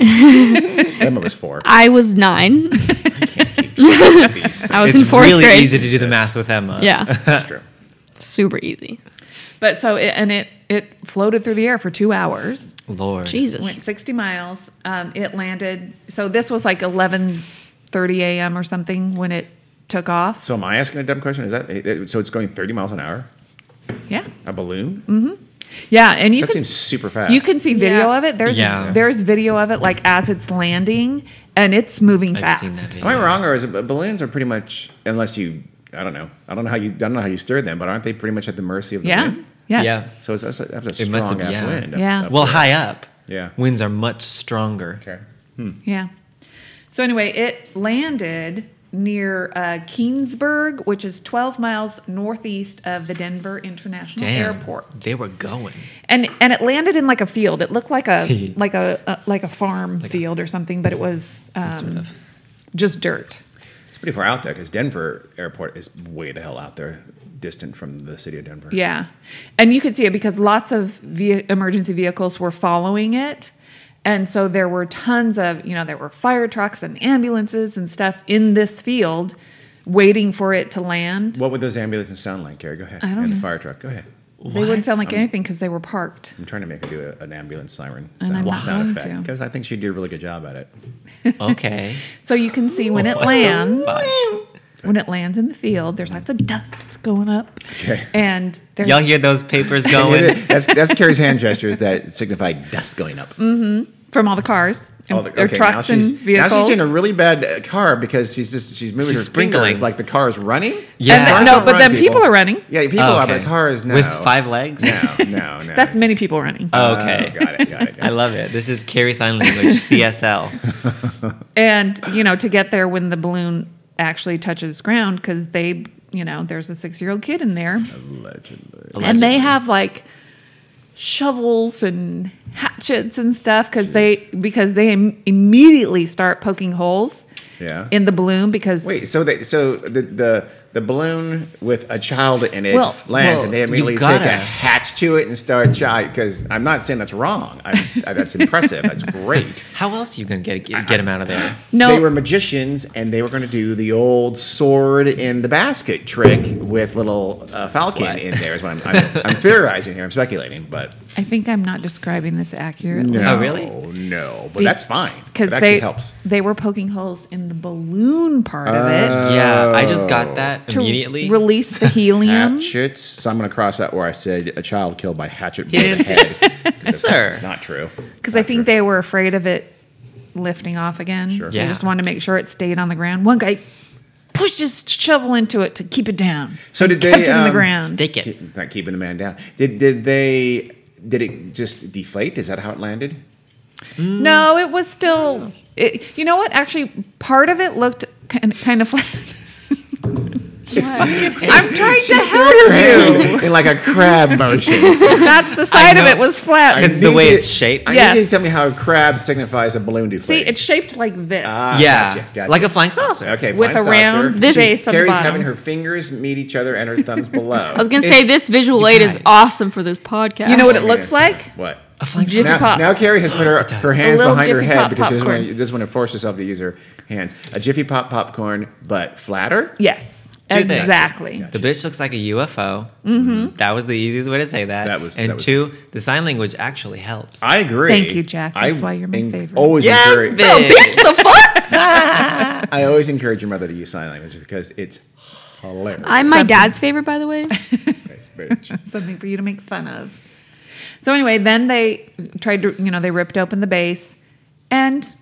S1: Emma was four.
S2: I was nine.
S1: These
S2: I
S1: things.
S2: was
S4: it's
S2: in fourth
S4: really
S2: grade.
S4: easy to do the
S1: Jesus.
S4: math with Emma.
S2: Yeah,
S1: That's true.
S2: super easy.
S3: But so, it, and it, it floated through the air for two hours.
S4: Lord.
S2: Jesus.
S3: went 60 miles um, it landed so this was like 11.30 a.m or something when it took off
S1: So am I asking a dumb question? Is that it- it- so? It's going 30 miles an hour.
S3: yeah
S1: A balloon.
S3: yeah and you
S1: That
S3: can
S1: seems super fast.
S3: you can see video
S2: Yeah.
S3: of it there's
S4: Yeah.
S3: there's video of it like as it's landing and it's moving
S4: I've
S3: fast
S4: seen that. Video.
S1: Am I wrong, or is it but balloons are pretty much unless you I don't know I don't know how you I don't know how you stir them, but aren't they pretty much at the mercy of the
S3: yeah
S1: wind?
S3: yes.
S4: Yeah.
S1: So it's, that's a, that's a
S4: It must have-
S1: strong ass
S4: yeah.
S1: wind. up-
S3: Yeah.
S1: up
S4: Well,
S1: there.
S4: high up.
S1: Yeah.
S4: Winds are much stronger.
S1: Okay.
S3: Yeah. So anyway, it landed near uh, Keensburg, which is 12 miles northeast of the Denver International
S4: Damn.
S3: Airport.
S4: They were going.
S3: and and it landed in like a field. It looked like a like a, a like a farm field or something, but it was um,
S4: sort of.
S3: just dirt.
S1: It's pretty far out there because Denver Airport is way the hell out there, distant from the city of Denver.
S3: Yeah, and you could see it because lots of ve- emergency vehicles were following it, and so there were tons of you know there were fire trucks and ambulances and stuff in this field, waiting for it to land.
S1: What would those ambulances sound like, Gary? Go ahead.
S3: I don't
S1: and
S3: know.
S1: the fire truck. Go ahead.
S3: They wouldn't sound like anything because they were parked.
S1: I'm trying to make her do a, an ambulance siren
S3: And
S1: sound,
S3: I'm not
S1: sound
S3: going
S1: effect
S3: to.
S1: because I think she did a really good job at it.
S4: Okay.
S3: So you can see when it
S4: What the
S3: lands.
S4: fuck?
S3: When it lands in the field, there's lots of dust going up,
S1: Okay.
S3: and there's
S4: Y'all hear those papers going?
S1: that's that's Carrie's hand gestures that signify dust going up.
S3: from all the cars and
S1: All the-
S3: or
S1: okay,
S3: Mm. trucks
S1: now
S3: and
S1: she's,
S3: vehicles.
S1: Now she's in a really bad uh, car because she's just she's moving
S4: She's
S1: her
S4: sprinkling.
S1: fingers like the car is running.
S4: Yeah. And the-
S1: Cars
S3: no,
S1: don't
S3: but
S1: run,
S3: then people are running.
S1: Yeah, people
S4: Oh,
S1: are, but
S4: okay.
S1: the car is no.
S4: With five legs?
S1: No, no, no.
S3: That's many people running.
S1: Oh,
S4: Oh, okay.
S1: got it, got it.
S4: I
S1: Got it.
S4: love it. This is Carrie Sign Language, CSL.
S3: and you know, to get there when the balloon actually touches ground, because they, you know, there's a six-year-old kid in there,
S1: Allegedly.
S3: and they have like shovels and hatchets and stuff because they because they im- immediately start poking holes
S1: Yeah.
S3: in the balloon because
S1: Wait, so they so the the the balloon with a child in it
S4: Well,
S1: lands,
S4: well,
S1: and they
S4: you
S1: immediately take
S4: gotta-
S1: a hatch to it and start child. Because I'm not saying that's wrong. I, I, that's impressive. That's great.
S4: How else you gonna get get him out of there?
S3: No.
S1: They were magicians, and they were going to do the old sword in the basket trick with little uh, falcon
S4: What?
S1: in there. Is what I'm, I'm, I'm theorizing here. I'm speculating, but
S3: I think I'm not describing this accurately.
S4: No. Oh, really?
S1: No, but
S3: Be-
S1: that's fine.
S3: Because
S1: It actually
S3: they
S1: helps.
S3: they were poking holes in the balloon part
S1: Uh,
S3: of it
S4: Yeah, I just
S1: Oh.
S4: got that
S3: to
S4: immediately.
S3: release the helium.
S1: Hatchets. So I'm going to cross out where I said a child killed by hatchet blow to
S4: Yeah.
S1: the head. 'Cause it's-
S4: Sir.
S1: It's not true.
S3: Because I think
S1: they.
S3: they were afraid of it lifting off again.
S1: Sure.
S3: They
S4: Yeah.
S3: just wanted to make sure it stayed on the ground. One guy pushed his shovel into it to keep it down.
S1: So did
S3: Kept
S1: they?
S3: it in the
S1: um,
S3: ground.
S4: Stake it.
S1: Keep, not keeping the man down. Did did they? Did it just deflate? Is that how it landed?
S3: No, it was still. It, you know what? Actually, part of it looked kind, kind of flat. I'm trying to help you.
S1: In like a crab motion.
S3: That's the side of
S4: know.
S3: it was flat.
S1: I
S4: the way
S1: need
S4: it's
S1: you-
S4: shaped.
S1: I
S3: Yes.
S1: need you to tell me how a crab signifies a balloon
S3: See,
S1: deflating.
S3: it's shaped like this.
S1: Ah,
S4: yeah,
S1: gotcha, gotcha.
S4: like a flying saucer.
S1: okay
S3: with
S1: fine
S3: a round
S1: saucer.
S2: This-
S3: base on the
S1: Carrie's
S3: bottom.
S1: having her fingers meet each other and her thumbs below.
S2: I was gonna say
S4: It's-
S2: this visual aid is
S4: guys.
S2: awesome for this podcast.
S3: You know what it looks like?
S1: What?
S4: A flying
S3: Jiffy
S4: saucer.
S1: Now,
S3: pop.
S1: now Carrie has put her,
S4: does.
S1: her hands
S3: A little
S1: behind her
S3: Jiffy
S1: head
S3: Pop
S1: because she doesn't want,
S3: popcorn.
S1: to, doesn't want to force herself to use her hands. A Jiffy Pop popcorn, but flatter.
S3: Yes,
S4: Two things.
S3: exactly.
S4: The bitch looks like a UFO. Mm-hmm. That was the easiest way to say that.
S1: That was-
S4: and
S1: that was-
S4: two, the sign language actually helps.
S1: I agree.
S3: Thank you, Jack. That's why you're my
S1: en-
S3: favorite.
S1: Always encourage,
S4: yes,
S2: Oh,
S4: bitch.
S1: I always encourage your mother to use sign language because it's hilarious.
S2: I'm my dad's favorite, by the way.
S1: It's bitch.
S3: Something for you to make fun of. So anyway, then they tried to, you know, they ripped open the base, and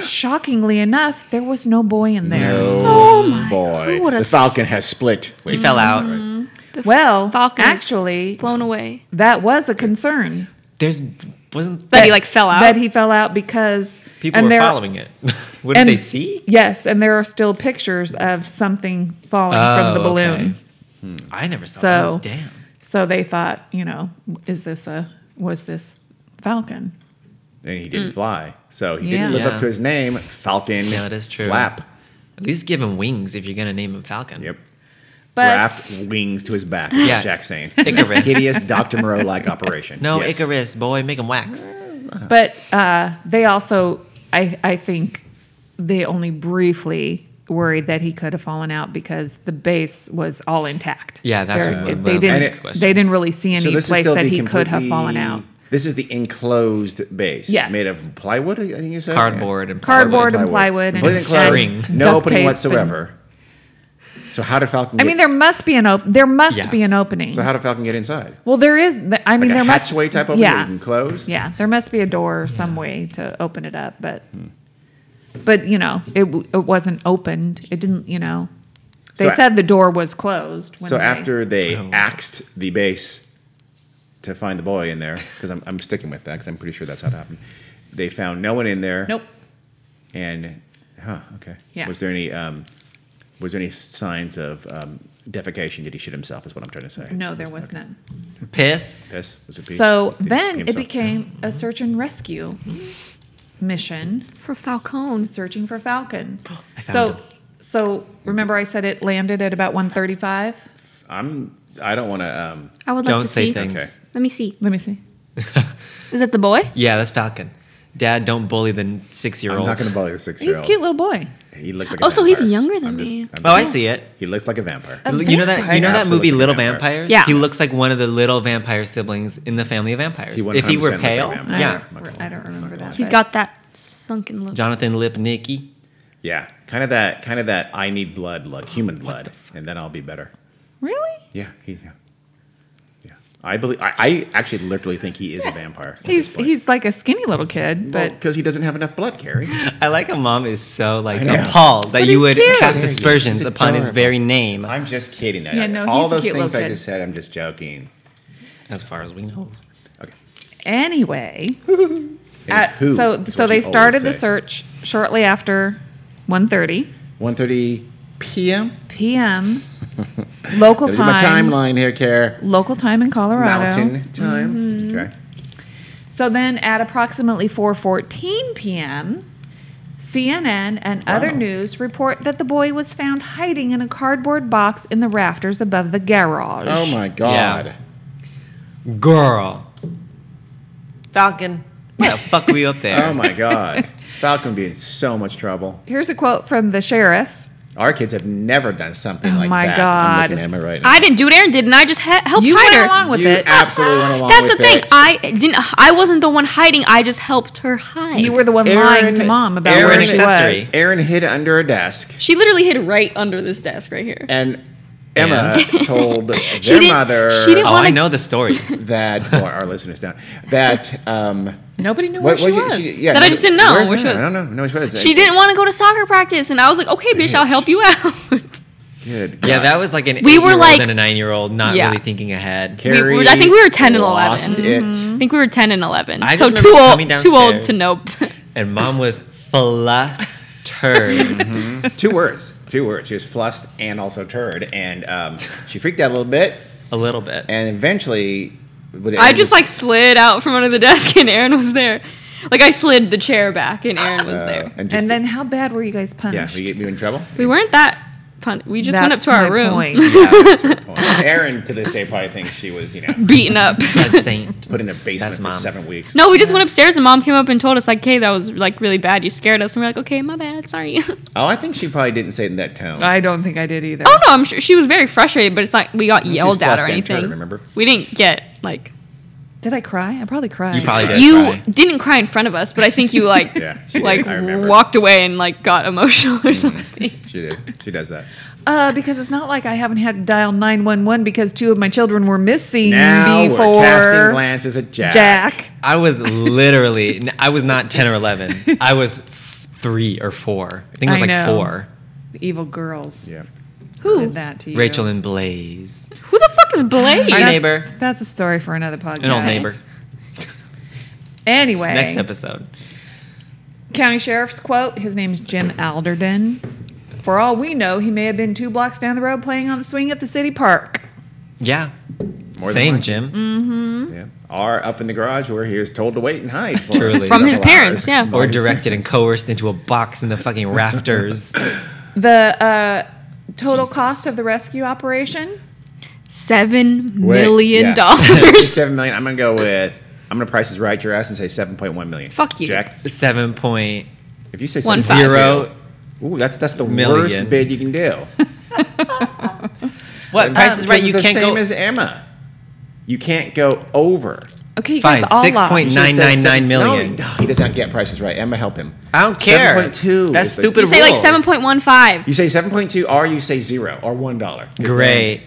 S3: shockingly enough, there was no boy in
S2: Mm-hmm.
S3: there.
S1: Oh, boy.
S2: who would've
S1: the falcon has split.
S4: He fell out.
S3: Mm-hmm. Well,
S2: Falcon is
S3: actually,
S2: flown away.
S3: that was a concern
S4: There's wasn't
S2: That he like fell out.
S3: that he fell out because
S4: people
S3: and
S4: were
S3: there-
S4: following it. what did
S3: and-
S4: they see?
S3: Yes, and there are still pictures of something falling from the
S4: Oh, okay.
S3: balloon.
S1: Hmm.
S4: I never saw
S3: So-
S4: those. Damn.
S3: So they thought, you know, is this a was this Falcon?
S1: And he didn't fly. So he
S3: Mm. Yeah.
S1: didn't live
S4: Yeah.
S1: up to his name, Falcon.
S4: Yeah, that is true.
S1: Flap.
S4: At least give him wings if you're gonna name him Falcon.
S1: Yep.
S3: But
S1: Raft wings to his back.
S4: Yeah.
S1: Jack saying.
S4: Icarus.
S1: Hideous Dr. Moreau like operation.
S4: No,
S1: Yes.
S4: Icarus, boy, make him wax.
S3: but uh, they also, I I think, they only briefly worried that he could have fallen out because the base was all intact.
S4: Yeah, that's
S3: There-
S4: what-
S3: it-
S4: my
S3: they didn't.
S4: next question.
S3: They didn't really see any place that
S1: the
S3: he could have
S1: completely-
S3: fallen out.
S1: This is the enclosed base.
S3: Yes.
S1: Made of plywood, I think you said?
S4: Cardboard and
S3: Cardboard
S4: plywood.
S3: and plywood and,
S1: Completely
S3: and
S1: enclosed,
S4: string.
S1: No
S3: duct tape
S1: opening
S3: and-
S1: whatsoever. So how did Falcon
S3: I
S1: get,
S3: mean, there must be an op- There must
S4: Yeah.
S3: be an opening.
S1: So how did Falcon get inside?
S3: well, there is. th- I
S1: Like
S3: mean,
S1: a
S3: there must
S1: hatchway type opening that you
S3: Yeah,
S1: can close?
S3: yeah. There must be a door or some way to open it up, but.
S4: Hmm.
S3: But you know, it w- it wasn't opened. It didn't. You know, they
S1: So I-
S3: said the door was closed. When
S1: So
S3: they-
S1: after they
S4: Oh.
S1: axed the base to find the boy in there, because I'm, I'm sticking with that because I'm pretty sure that's how it happened. They found no one in there.
S3: nope.
S1: And huh, okay.
S3: Yeah.
S1: Was there any um, was there any signs of um, defecation? Did he shit himself? Is what I'm trying to say.
S3: No, there was none.
S4: Piss.
S1: Piss? Was it pee?
S3: So
S1: Did he pee
S3: then it
S1: himself?
S3: became a search and rescue mission,
S2: For Falcon.
S3: searching for Falcon.
S4: I found
S3: So,
S4: him.
S3: so remember I said it landed at about one thirty-five.
S1: I'm. I don't want to. Um,
S2: I would like
S4: Don't
S2: to
S4: say
S2: see.
S4: things.
S1: Okay.
S2: Let me see.
S3: Let me see.
S2: Is that the boy?
S4: Yeah, that's Falcon. Dad, don't bully the six year
S1: I'm
S4: old.
S1: not going to bother the six year
S3: He's
S1: old.
S3: a cute little boy.
S1: He looks like.
S2: Oh,
S1: a
S2: so he's
S1: vampire.
S2: younger than
S1: I'm just-
S2: me.
S1: I'm
S4: Oh, I
S1: just-
S4: see it.
S1: He looks like a vampire.
S3: A
S4: you know that you know that
S1: Absolutely
S4: movie Little
S1: vampire.
S4: Vampires?
S2: Yeah.
S4: He looks like one of the little vampire siblings in the family of vampires.
S1: He
S4: if he were
S1: 100% looks like a
S4: pale,
S1: vampire.
S3: I
S4: yeah.
S3: don't re- I don't remember that.
S2: He's
S3: but-
S2: got that sunken look.
S4: Jonathan Lipnicki.
S1: Yeah, kind of that. Kind of that. I need blood. Look, human blood, and then I'll be better.
S3: really.
S1: Yeah. He. Yeah. yeah. I believe. I, I actually literally think he is a vampire. at
S3: He's
S1: this point.
S3: he's like a skinny little kid,
S1: Well,
S3: but
S1: 'cause he doesn't have enough blood, Carrie.
S4: I like how mom is so like
S1: I know.
S4: appalled that
S3: But
S4: you
S3: he's
S4: would
S3: cute.
S4: cast
S1: There you go.
S4: aspersions
S1: He's
S4: upon his
S1: adorable.
S4: very name.
S1: I'm just kidding. I-
S3: Yeah, no,
S1: all
S3: he's a
S1: those
S3: cute
S1: things
S3: little
S1: I
S3: kid.
S1: just said, I'm just joking.
S4: As far as we know.
S1: Okay.
S3: anyway.
S1: And
S3: at-
S1: who
S3: so
S1: is
S3: so
S1: what
S3: they
S1: you always
S3: started the
S1: say.
S3: search shortly after one thirty
S1: 1:30 p.m.
S3: p.m. local
S1: This is my
S3: time.
S1: timeline here, Care.
S3: local time in Colorado. Mm-hmm.
S1: Mountain time. Okay.
S3: So then at approximately 4:14 p.m., CNN and other
S1: Wow.
S3: news report that the boy was found hiding in a cardboard box in the rafters above the garage.
S1: Oh my god.
S4: Girl.
S5: Falcon.
S4: Why the fuck were you up there?
S1: Oh my god. Falcon would be in so much trouble.
S3: Here's a quote from the sheriff.
S1: Our kids have never done something
S3: Oh
S1: like
S3: my
S1: that.
S3: God.
S1: I'm looking at him right now.
S2: I didn't do what Aaron did, and I just ha- helped
S3: You
S2: hide
S3: went
S2: her.
S3: along with
S1: you
S3: it.
S1: absolutely went along
S2: That's the
S1: with
S2: thing.
S1: it.
S2: I didn't. I wasn't the one hiding. I just helped her hide.
S3: You were the one lying to mom about
S4: Aaron
S3: where
S4: an
S3: she
S4: accessory.
S3: was.
S1: Aaron hid under a desk,
S2: She literally hid right under this desk right here.
S1: and Emma told
S2: She
S1: their
S2: didn't-
S1: mother
S2: she didn't
S4: Oh,
S2: wanna-
S4: I know the story.
S1: that, or our listeners down, that. Um,
S3: Nobody knew where
S1: what-
S3: she
S1: what-
S3: was.
S1: yeah,
S2: That I just didn't know
S1: where's
S2: where she
S1: Aaron?
S2: was.
S1: I don't know. No, she was. uh,
S2: she didn't want to go to soccer practice, and I was like, "Okay, bitch, I'll help you out."
S1: Good.
S4: Yeah,
S1: God.
S4: that was like an
S2: We were
S4: eight-year-old
S2: like-
S4: and a nine-year-old not
S2: Yeah.
S4: really thinking ahead.
S2: we were- I think we were 10 and 11.
S1: lost it.
S4: Mm-hmm.
S2: I think we were ten and eleven,
S4: I
S2: so
S4: just
S2: too
S4: remember
S2: old,
S4: coming
S2: too old
S4: downstairs.
S2: to know.
S4: And mom was flustered.
S1: Two words. Two words. She was flussed and also turd, and um, she freaked out a little bit,
S4: a little bit.
S1: and eventually. would
S2: I
S1: Aaron
S2: just like slid out from under the desk, and Aaron was there. Like I slid the chair back, and Aaron was
S1: uh,
S2: there.
S1: And, just,
S3: And then how bad were you guys
S1: yeah,
S3: punished?
S1: we get you in trouble.
S2: We weren't that. Pun- we just went up
S3: That's
S2: to our
S3: my
S2: room,
S3: point.
S1: Yeah, that's her point. Aaron to this day probably thinks she was, you know,
S2: beaten up.
S4: A saint.
S1: put in a basement
S4: That's
S1: for
S4: mom.
S1: seven weeks.
S2: No, we just went upstairs and mom came up and told us like, "Hey, that was like really bad. You scared us." And we're like, "Okay, my bad. Sorry." oh
S1: Oh, I think she probably didn't say it in that tone.
S3: I don't think I did either.
S2: no, I'm sure she was very frustrated, but it's not we got yelled at or
S1: flustered and
S2: anything.
S1: turned, remember?
S2: We didn't get like
S3: Did I cry? I probably cried.
S4: You probably did.
S2: you
S4: cry.
S2: didn't cry in front of us, but I think you like
S1: Yeah, she did.
S2: like
S1: I remember. Mm.
S2: walked away and like got emotional or something.
S1: She did. She does that.
S3: Uh, because it's not like I haven't had to dial 911 because two of my children were missing
S1: Now
S3: before
S1: we're casting glances at Jack.
S3: Jack.
S4: I was literally, I was not 10 or 11. I was three or four. I think it was
S3: I
S4: like
S3: know.
S4: four.
S3: The evil girls
S1: Yeah.
S2: Who?
S3: did that to you.
S4: Rachel and Blaze.
S2: Who the fuck is Blade?
S4: Our
S3: That's-
S4: neighbor.
S3: That's a story for another podcast.
S4: An old neighbor.
S3: Anyway,
S4: Next episode.
S3: county sheriff's quote. His name's Jim Alderden. For all we know, he may have been two blocks down the road playing on the swing at the city park.
S4: Yeah.
S1: More than
S4: Same,
S1: likely.
S4: Jim.
S1: Yeah. Or up in the garage where he was told to wait and hide. for
S4: Truly.
S1: a
S4: From
S2: his
S1: couple
S2: parents,
S1: hours.
S2: yeah.
S4: Or directed and coerced into a box in the fucking rafters.
S3: The uh, total
S4: Jesus.
S3: cost of the rescue operation.
S2: Seven
S1: Wait,
S2: million
S1: yeah.
S2: dollars.
S1: Seven million. I'm gonna go with. I'm gonna price his right your ass and say seven point one million.
S2: Fuck you.
S1: Jack.
S4: Seven point
S1: If you say
S2: One
S1: 7.0, Ooh, that's that's the
S4: Million.
S1: worst bid you can do.
S2: Um,
S4: What? Price is right.
S1: Because
S4: You
S1: it's
S4: can't
S1: the Um, same
S4: go.
S1: as Emma. You can't go over.
S3: Okay, you
S4: Fine,
S3: guys all
S4: six
S3: lost.
S4: point nine.
S1: She says
S4: 999
S1: seven-
S4: million.
S1: No, he does not get prices right. Emma, help him.
S4: I don't care.
S1: 7.2
S4: That's
S1: is the-
S4: stupid.
S2: you say like
S4: rules.
S2: seven point one five.
S1: You say 7.2 or you say zero or one dollar.
S4: Great.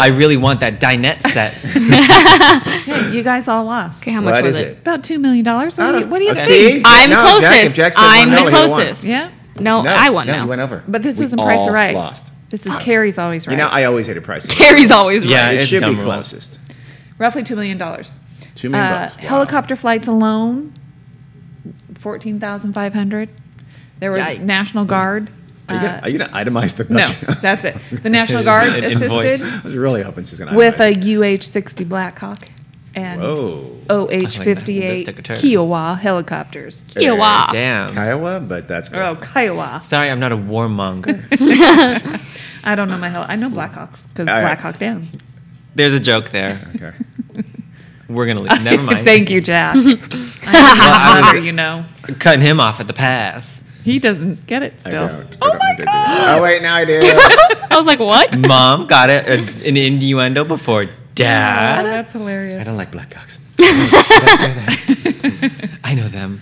S4: I really want that dinette set.
S3: Yeah, you guys all lost.
S2: Okay, how much
S1: What
S2: was
S1: is
S2: it?
S1: it?
S3: About two million dollars. What, do you- what do you
S1: Uh,
S3: think?
S1: see?
S2: I'm
S1: No, Jack- if
S2: closest.
S1: Jack said
S2: I'm
S1: one
S2: the
S1: dollar, he won.
S2: closest.
S3: Yeah,
S2: No,
S1: No,
S2: I won.
S1: No,
S2: now.
S1: you went over.
S3: but this
S1: We
S3: isn't Price is
S1: all
S3: Right.
S1: Lost.
S3: this is Carrie's always right.
S1: You know, I always hated Price is Right.
S2: Carrie's always
S4: Yeah,
S2: right.
S1: It
S4: it's
S1: should
S4: dumb
S1: be
S4: rules.
S1: closest.
S3: Roughly two million dollars.
S1: Two million
S3: Uh,
S1: bucks. Wow.
S3: Helicopter flights alone, fourteen thousand five hundred. There were
S4: Yikes.
S3: National Guard.
S1: Are you, gonna,
S3: uh,
S1: are you gonna itemize the
S3: no,
S1: budget?
S3: that's it. The National Guard
S4: An
S3: assisted
S4: invoice.
S1: I was really hoping she's gonna
S3: with
S1: itemize
S3: a UH sixty Blackhawk and
S1: Whoa.
S3: OH
S4: This took a
S3: fifty-eight
S4: turn.
S3: Kiowa helicopters.
S2: Kiowa.
S4: Damn.
S1: Kiowa, but that's good.
S3: Oh, Kiowa.
S4: Sorry, I'm not a warmonger.
S3: I don't know my hell. I know Blackhawks because
S1: All right.
S3: Black Hawk Down.
S4: There's a joke there.
S1: Okay.
S4: We're gonna leave. Never mind.
S3: Thank you, Jack.
S4: Well, I
S3: Mother,
S4: was
S3: you know.
S4: cutting him off at the pass.
S3: He doesn't get it
S1: I
S3: still.
S1: don't- I don't think I do that. Oh wait, now I do.
S2: I was like, what?
S4: Mom got it uh, an innuendo before
S3: Ah,
S4: dad.
S3: that's hilarious.
S1: I don't like black cocks.
S4: I know them.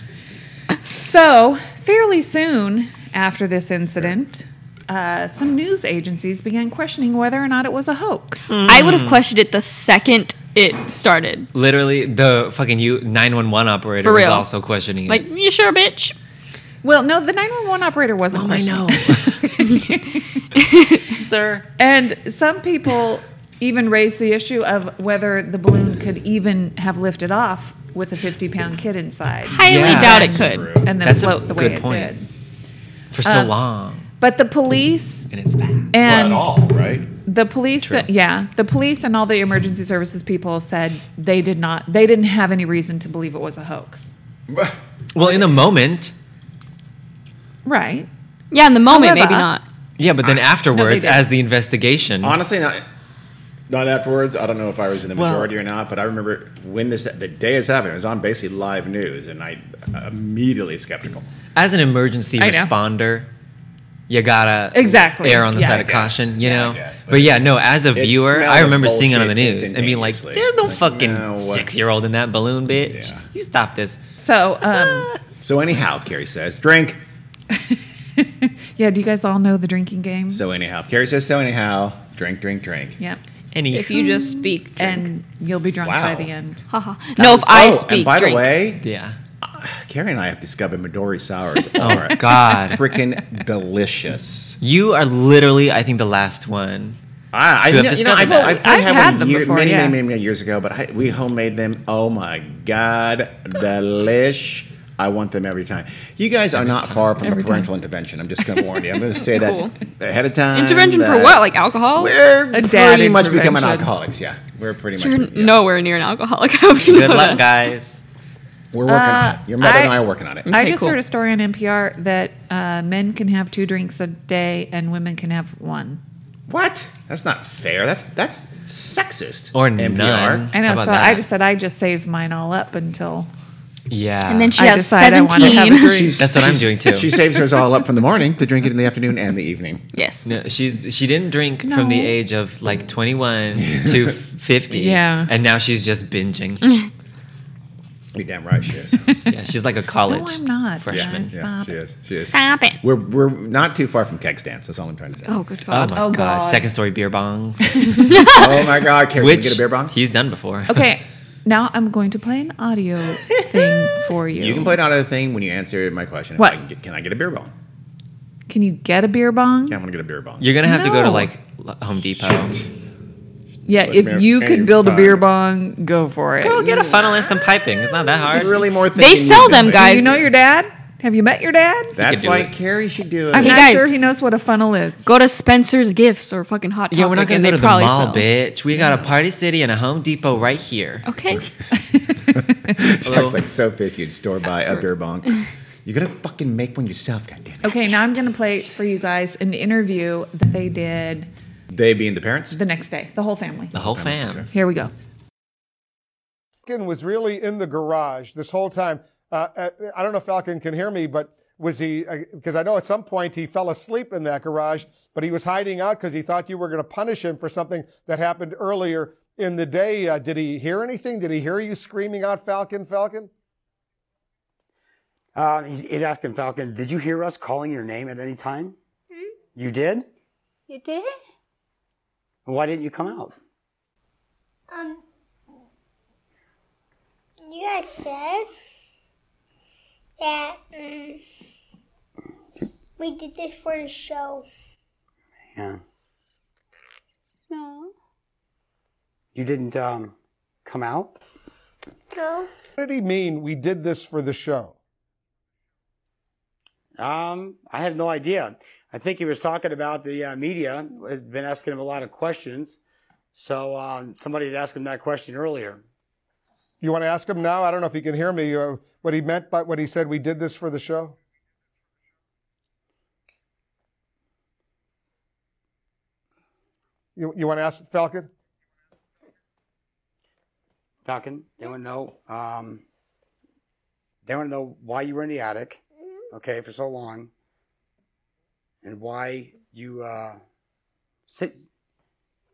S3: So, fairly soon after this incident, uh, some news agencies began questioning whether or not it was a hoax.
S4: Hmm. Mm.
S2: I would have questioned it the second it started.
S4: Literally, the fucking you 911 operator
S2: For
S4: was
S2: real.
S4: also questioning
S2: Like,
S4: it.
S2: you sure, bitch?
S3: Well, no, the 911 operator wasn't.
S4: Oh, I
S3: questioning.
S4: know, sir.
S3: And some people even raised the issue of whether the balloon could even have lifted off with a 50 pound kid inside
S2: Highly
S4: Yeah.
S2: doubt it could.
S3: and then
S4: That's a
S3: float the way
S4: good
S3: it
S4: point.
S3: did.
S4: For so
S3: Um,
S4: long,
S3: But the police
S4: and it's back.
S3: and
S1: Not at all, right?
S3: the police
S4: True.
S3: yeah the police and all the emergency services people said they did not they didn't have any reason to believe it was a hoax
S4: Well, in the moment,
S3: Right.
S2: Yeah, in the moment, maybe
S3: However-
S2: not.
S4: Yeah, but then afterwards,
S3: did.
S4: as the investigation,
S1: Honestly, not not afterwards. I don't know if I was in the
S4: Well-
S1: majority or not, but I remember when this the day this happened. It was on basically live news, and I immediately skeptical.
S4: as an emergency
S3: I know.
S4: responder, you gotta
S3: Exactly.
S4: err on the
S3: Yeah,
S4: side
S3: I
S4: of
S1: guess.
S4: caution, you
S1: Yeah, I
S4: know.
S1: guess,
S4: but,
S1: but
S4: yeah, no. As a
S1: it
S4: viewer,
S1: smelled
S4: I
S1: of
S4: remember seeing it on the
S1: bullshit
S4: news and being like,
S1: instantaneously.
S4: "There's no
S1: Like,
S4: fucking
S1: no, what-
S4: six-year-old in that balloon, bitch.
S1: Yeah.
S4: You stop this."
S3: So,
S4: Ah.
S3: um,
S1: So anyhow, Carrie says drink.
S3: yeah, do you guys all know the drinking game?
S1: So anyhow, Carrie says so anyhow. Drink, drink, drink.
S3: yeah.
S4: Any
S2: If you just speak, drink.
S3: And you'll be drunk
S1: Wow.
S3: by the end.
S2: haha. No, if I
S1: Oh,
S2: speak,
S1: and by
S2: drink.
S1: the way,
S4: yeah.
S1: Carrie and I have discovered Midori sours are
S4: Oh God,
S1: freaking delicious.
S4: you are literally, I think, the last one.
S1: I, I
S4: To have
S1: you know, I,
S4: discovered.
S1: I, I
S3: I've
S1: have
S3: had
S1: them
S3: them
S1: year,
S3: before,
S1: many,
S3: yeah.
S1: many, many, many years ago, but I, we homemade them. Oh my god, delish! I want them every time. You guys are not far from a parental intervention. I'm just going to warn you. I'm going to say
S2: Cool.
S1: that ahead of time.
S2: Intervention for
S1: that
S2: what? Like oh, alcohol?
S1: we're
S3: A dad
S1: pretty much becoming
S3: intervention.
S1: alcoholics. Yeah, we're pretty much.
S2: You're
S1: yeah.
S2: nowhere near an alcoholic. I hope you
S4: Good
S2: know that.
S4: luck, guys.
S1: we're working
S3: Uh,
S1: on it. Your mother and
S3: I-
S1: I are working on it.
S3: I
S2: Okay,
S3: just
S2: cool.
S3: heard a story on NPR that uh, men can have two drinks a day and women can have one.
S1: what? That's not fair. That's that's sexist.
S4: Or
S1: NPR.
S4: none.
S3: I
S4: How
S3: know. So
S4: about that?
S3: I just said I just saved mine all up until
S4: Yeah.
S2: And then she
S3: I
S2: has
S3: decide I wanna
S2: seventeen.
S3: have a drink.
S4: That's what I'm
S1: She's-
S4: doing, too.
S1: She saves hers all up from the morning to drink it in the afternoon and the evening.
S2: yes.
S4: No, she's she didn't drink from the
S3: No.
S4: age of like 21 to 50.
S3: Yeah.
S4: And now she's just binging.
S1: You're damn right she is.
S4: yeah, she's like a college
S3: No, I'm not.
S4: freshman.
S3: guys. Stop
S1: she
S3: it.
S1: is. She is.
S2: Stop it.
S1: We're we're not too far from keg stance. That's all I'm trying to say.
S2: Oh, good
S4: Oh
S2: God.
S4: my god. Second story beer bongs.
S1: Oh my God, Carrie,
S4: which
S1: can we get a beer bong?
S4: he's done before.
S3: Okay. Now I'm going to play an audio thing for you.
S1: You can play another thing when you answer my question. if
S3: What?
S1: I can, get, can I get a beer bong?
S3: Can you get a beer bong?
S1: Yeah, I'm gonna get a beer bong.
S4: You're going to have to go to
S3: No.
S4: like L- Home Depot.
S3: Yeah,
S1: Let me
S3: if you
S1: have
S3: could
S1: any
S3: build a beer
S1: fun.
S3: bong, go for it.
S4: Girl, get a funnel and some piping. It's not that hard.
S1: It's really more.
S2: They
S1: thinking
S2: sell
S1: than
S2: them,
S1: doing.
S2: guys.
S3: Do you know your dad? Have you met your dad?
S4: You
S1: That's
S4: can do
S1: why
S4: it.
S1: Carrie should do it.
S3: I'm
S2: Hey,
S3: not
S2: guys.
S3: sure he knows what a funnel is.
S2: Go to Spencer's Gifts or fucking Hot Topic.
S4: yeah, we're not
S2: and
S4: going to
S2: they
S4: go to the
S2: probably
S4: mall,
S2: sell. Oh.
S4: bitch. We got a Party City and a Home Depot right here.
S2: Okay.
S1: I was like so pissed you'd store buy a beer bong. You gotta fucking make one yourself, goddamn. it.
S3: Okay, now I'm going to play for you guys an interview that they did
S1: They being the parents.
S3: the next day, the whole family.
S4: The whole fam.
S3: Here we go.
S6: Falcon was really in the garage this whole time. Uh, uh, I don't know if Falcon can hear me, but was he? Because I know at some point he fell asleep in that garage, but he was hiding out because he thought you were going to punish him for something that happened earlier in the day. Uh, did he hear anything? Did he hear you screaming out, Falcon, Falcon?
S7: Uh, he's, he's asking Falcon, did you hear us calling your name at any time? You did?
S8: You did?
S7: Why didn't you come out?
S8: Um. You guys said that um, we did this for the show.
S7: Yeah.
S8: No.
S7: You didn't um, come out?
S8: No.
S6: What did he mean? We did this for the show.
S7: Um, I have no idea. I think he was talking about the uh, media. had been asking him a lot of questions. So um, somebody had asked him that question earlier.
S6: You want to ask him now? I don't know if he can hear me. Uh, what he meant by when he said we did this for the show. You, you want to ask Falcon?
S7: Falcon, they want to know. Um, they want to know why you were in the attic, okay, for so long, and why you uh, say,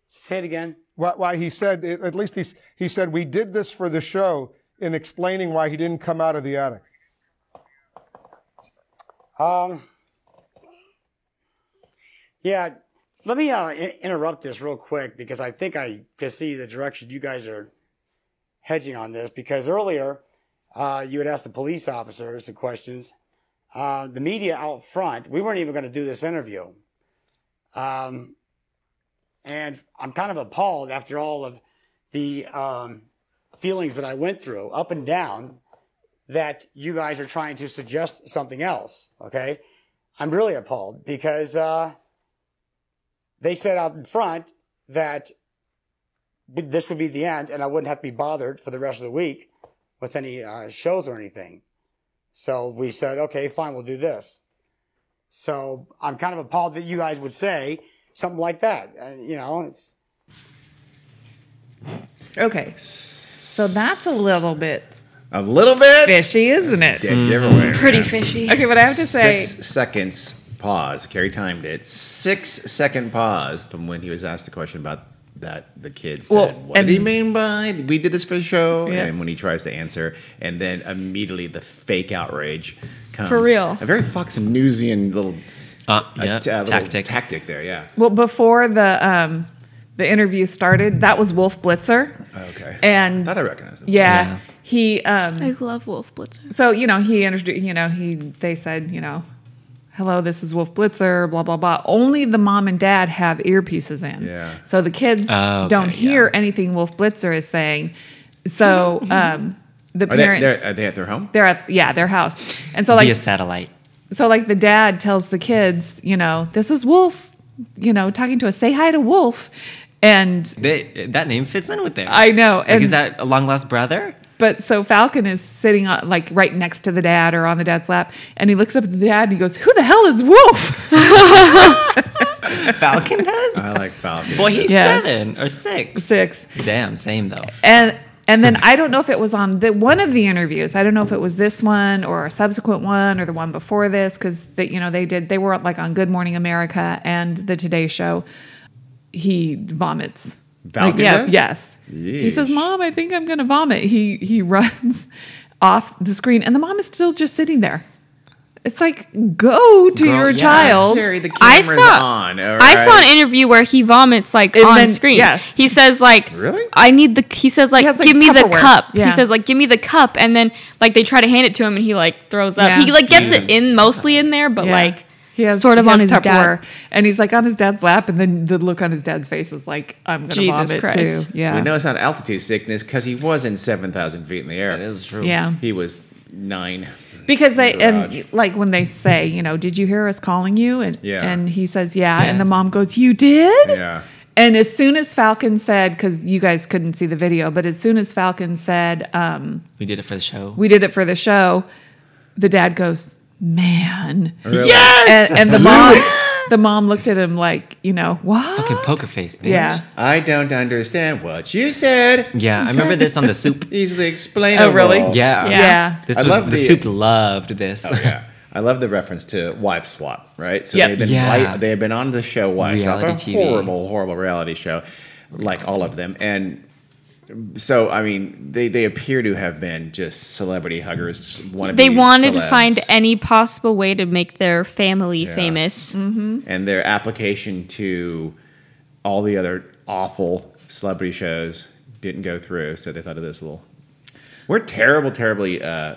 S7: say it again.
S6: Why, why he said at least he he said we did this for the show in explaining why he didn't come out of the attic.
S7: Um, yeah, let me uh, in- interrupt this real quick because I think I can see the direction you guys are hedging on this. Because earlier, uh, you had asked the police officers the questions. Uh, the media out front, we weren't even going to do this interview. Um, and I'm kind of appalled after all of the um, feelings that I went through up and down that you guys are trying to suggest something else. Okay, I'm really appalled because uh, they said out in front that this would be the end, and I wouldn't have to be bothered for the rest of the week with any uh, shows or anything. So we said, okay, fine, we'll do this. So I'm kind of appalled that you guys would say something like that. And, you know, it's
S3: Okay. So that's a little bit
S1: A little bit.
S3: fishy, isn't it?
S1: Yes, everywhere.
S2: Pretty fishy.
S3: Okay, but I have to say,
S1: Six seconds pause. Carrie timed it. Six second pause from when he was asked the question about that the kid said,
S3: Well,
S1: "What
S3: and-
S1: did he mean by we did this for the show?"
S3: Yeah.
S1: And when he tries to answer, and then immediately the fake outrage comes.
S2: For real.
S1: a very Fox Newsian little,
S4: Uh,
S1: uh,
S4: yeah,
S1: t- uh, little
S4: tactic.
S1: tactic there. Yeah.
S3: well, before the um, the interview started, that was Wolf Blitzer,
S1: Okay.
S3: and
S1: Thought I recognized him.
S3: yeah,
S4: Yeah.
S3: he um,
S2: I love Wolf Blitzer.
S3: so you know he introduced you know he they said you know hello this is wolf blitzer blah blah blah only the mom and dad have earpieces in
S1: Yeah.
S3: so the kids
S4: Oh, okay,
S3: don't hear
S4: yeah.
S3: anything wolf blitzer is saying so um the
S1: Are they,
S3: parents
S1: they're, uh,
S3: they're,
S1: are they at their home?
S3: at yeah their house and so like
S4: via satellite.
S3: so like the dad tells the kids you know this is wolf you know talking to us say hi to wolf and
S4: They, that name fits in with theirs.
S3: I know,
S4: Like,
S3: and-
S4: is that a long lost brother?
S3: But so Falcon is sitting on, like right next to the dad or on the dad's lap, and he looks up at the dad and he goes, "Who the hell is Wolf?"
S4: Falcon does.
S1: I like Falcon.
S4: Boy, he's
S3: Yes.
S4: seven or six.
S3: Six,
S4: Damn, same though.
S3: and and then I don't know if it was on the one of the interviews. I don't know if it was this one or a subsequent one or the one before this because that you know they did they were like on Good Morning America and the Today Show. He vomits.
S1: Falcon
S3: Like, yeah,
S1: does?
S3: yes. He says,
S1: Yeesh.
S3: "Mom, I think I'm gonna vomit." He he runs off the screen, and the mom is still just sitting there. It's like go to
S4: Girl,
S3: your
S4: yeah.
S3: child.
S1: Carrie, the
S2: I
S1: camera's
S2: saw-
S1: on. all
S2: I saw
S1: right?
S2: an interview where he vomits like
S3: And
S2: on
S3: then-
S2: screen.
S3: yes.
S2: He says like
S1: Really?
S2: I need the he says like,
S3: has, like,
S2: give me the
S3: Tupperware.
S2: cup.
S3: Yeah.
S2: He says like give me the cup and then like they try to hand it to him and he like throws up.
S3: Yeah.
S2: He like gets it in mostly in there but
S3: Yeah.
S2: like
S3: he has
S2: sort of
S3: he
S2: on
S3: has
S2: his dad.
S3: and he's like on his dad's lap, and then the look on his dad's face is like, "I'm gonna
S2: Jesus
S3: vomit
S2: Christ.
S3: too." Yeah,
S1: We know it's not altitude sickness because he was in 7,000 feet in the air. That
S4: is true.
S3: yeah.
S1: He was nine.
S3: because they
S1: garage.
S3: and like when they say, you know, did you hear us calling you? And
S1: Yeah.
S3: and he says, yeah, and the
S4: Yes.
S3: mom goes, you did?
S1: Yeah.
S3: And as soon as Falcon said, because you guys couldn't see the video, but as soon as Falcon said, um,
S4: We did it for the show.
S3: we did it for the show, the dad goes, man,
S1: Yeah.
S3: and, and the mom, the mom looked at him like, you know, what?
S4: Fucking poker face, bitch.
S3: yeah.
S1: I don't understand what you said.
S4: Yeah, I remember this on the soup.
S1: Easily explainable.
S3: Oh, really?
S4: Yeah.
S2: Yeah.
S3: Yeah.
S4: This
S1: I
S4: was
S1: love
S4: the,
S1: the-
S4: soup loved this.
S1: Oh, yeah. I love the reference to wife swap, right? So
S3: Yep.
S1: they've been
S4: Yeah.
S1: light, they've been on the show Wife Swap, a
S4: Reality TV.
S1: horrible, horrible reality show, like all of them. And so, I mean, they, they appear to have been just celebrity huggers. Wannabe
S2: They wanted to
S1: celebs.
S2: find any possible way to make their family famous.
S3: Mm-hmm.
S1: and their application to all the other awful celebrity shows didn't go through. So they thought of this little. We're terrible, terribly uh,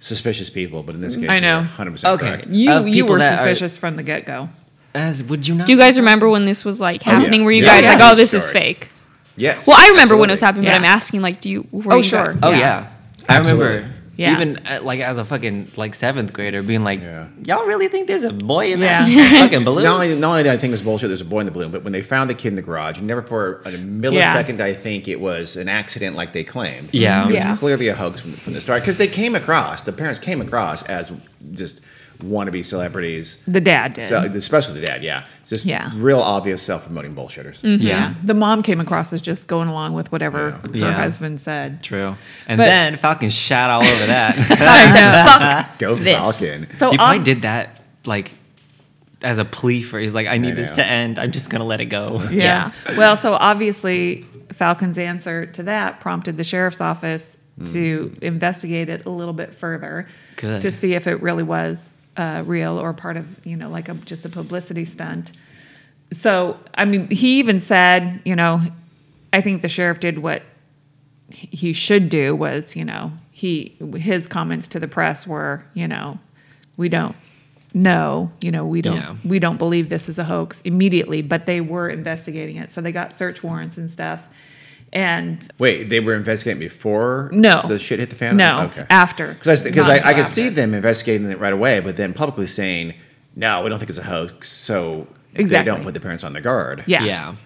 S1: suspicious people, but in
S2: Mm,
S1: this case,
S3: I know.
S1: hundred percent
S4: Okay.
S1: correct.
S3: You
S4: Of
S3: you
S4: people
S3: were
S4: that are-
S3: suspicious from the get go.
S4: As would you not?
S2: Do you guys remember when this was like
S1: Oh, yeah.
S2: happening? Were you
S1: Yeah.
S2: guys
S1: Yeah.
S2: like, oh, this is
S1: Sorry.
S2: fake?
S1: Yes.
S2: Well, I remember when it was
S1: absolutely.
S2: happening,
S3: Yeah.
S2: but I'm asking like, do you? Were
S3: Oh,
S2: you
S3: sure.
S2: guys-
S4: Oh
S3: Yeah.
S4: yeah. I
S1: Absolutely.
S4: remember
S3: Yeah.
S4: even uh, like as a fucking like seventh grader being like,
S1: Yeah.
S4: y'all really think there's a boy in
S3: Yeah.
S4: that fucking balloon?
S1: Not only, not only did I think it was bullshit, there's a boy in the balloon, but when they found the kid in the garage, never for a millisecond I think it was an accident like they claimed.
S4: Yeah.
S1: It was
S3: Yeah.
S1: clearly a hoax from, from the start because they came across, the parents came across as just wannabe celebrities.
S3: The dad did.
S1: So, especially the dad, yeah. It's Just
S3: Yeah. Mm.
S1: real obvious self promoting bullshitters.
S3: Mm-hmm.
S4: yeah.
S3: The mom came across as just going along with whatever her
S4: Yeah.
S3: husband said.
S4: True. And
S3: But-
S4: then Falcon shot all over that.
S1: Go
S2: This.
S1: Falcon.
S3: So
S4: he
S3: ob-
S4: probably did that like as a plea for he's like, I need
S1: I
S4: this
S1: know.
S4: to end. I'm just gonna let it go.
S3: Yeah. Well, so obviously Falcon's answer to that prompted the sheriff's office to investigate it a little bit further
S4: Good.
S3: to see if it really was uh, real or part of, you know, like a, just a publicity stunt. So, I mean, he even said, you know, I think the sheriff did what he should do was, you know, he his comments to the press were, you know, we don't know, you know, we don't
S4: Yeah.
S3: we don't believe this is a hoax immediately, but they were investigating it. So they got search warrants and stuff. And
S1: Wait, they were investigating before
S3: No.
S1: the shit hit the fan?
S3: no, after.
S1: Because I, because
S3: Not
S1: I,
S3: until
S1: I could
S3: after.
S1: see them investigating it right away, but then publicly saying, no, we don't think it's a hoax. So
S3: Exactly.
S1: they don't put the parents on their guard.
S3: Yeah.
S4: Yeah.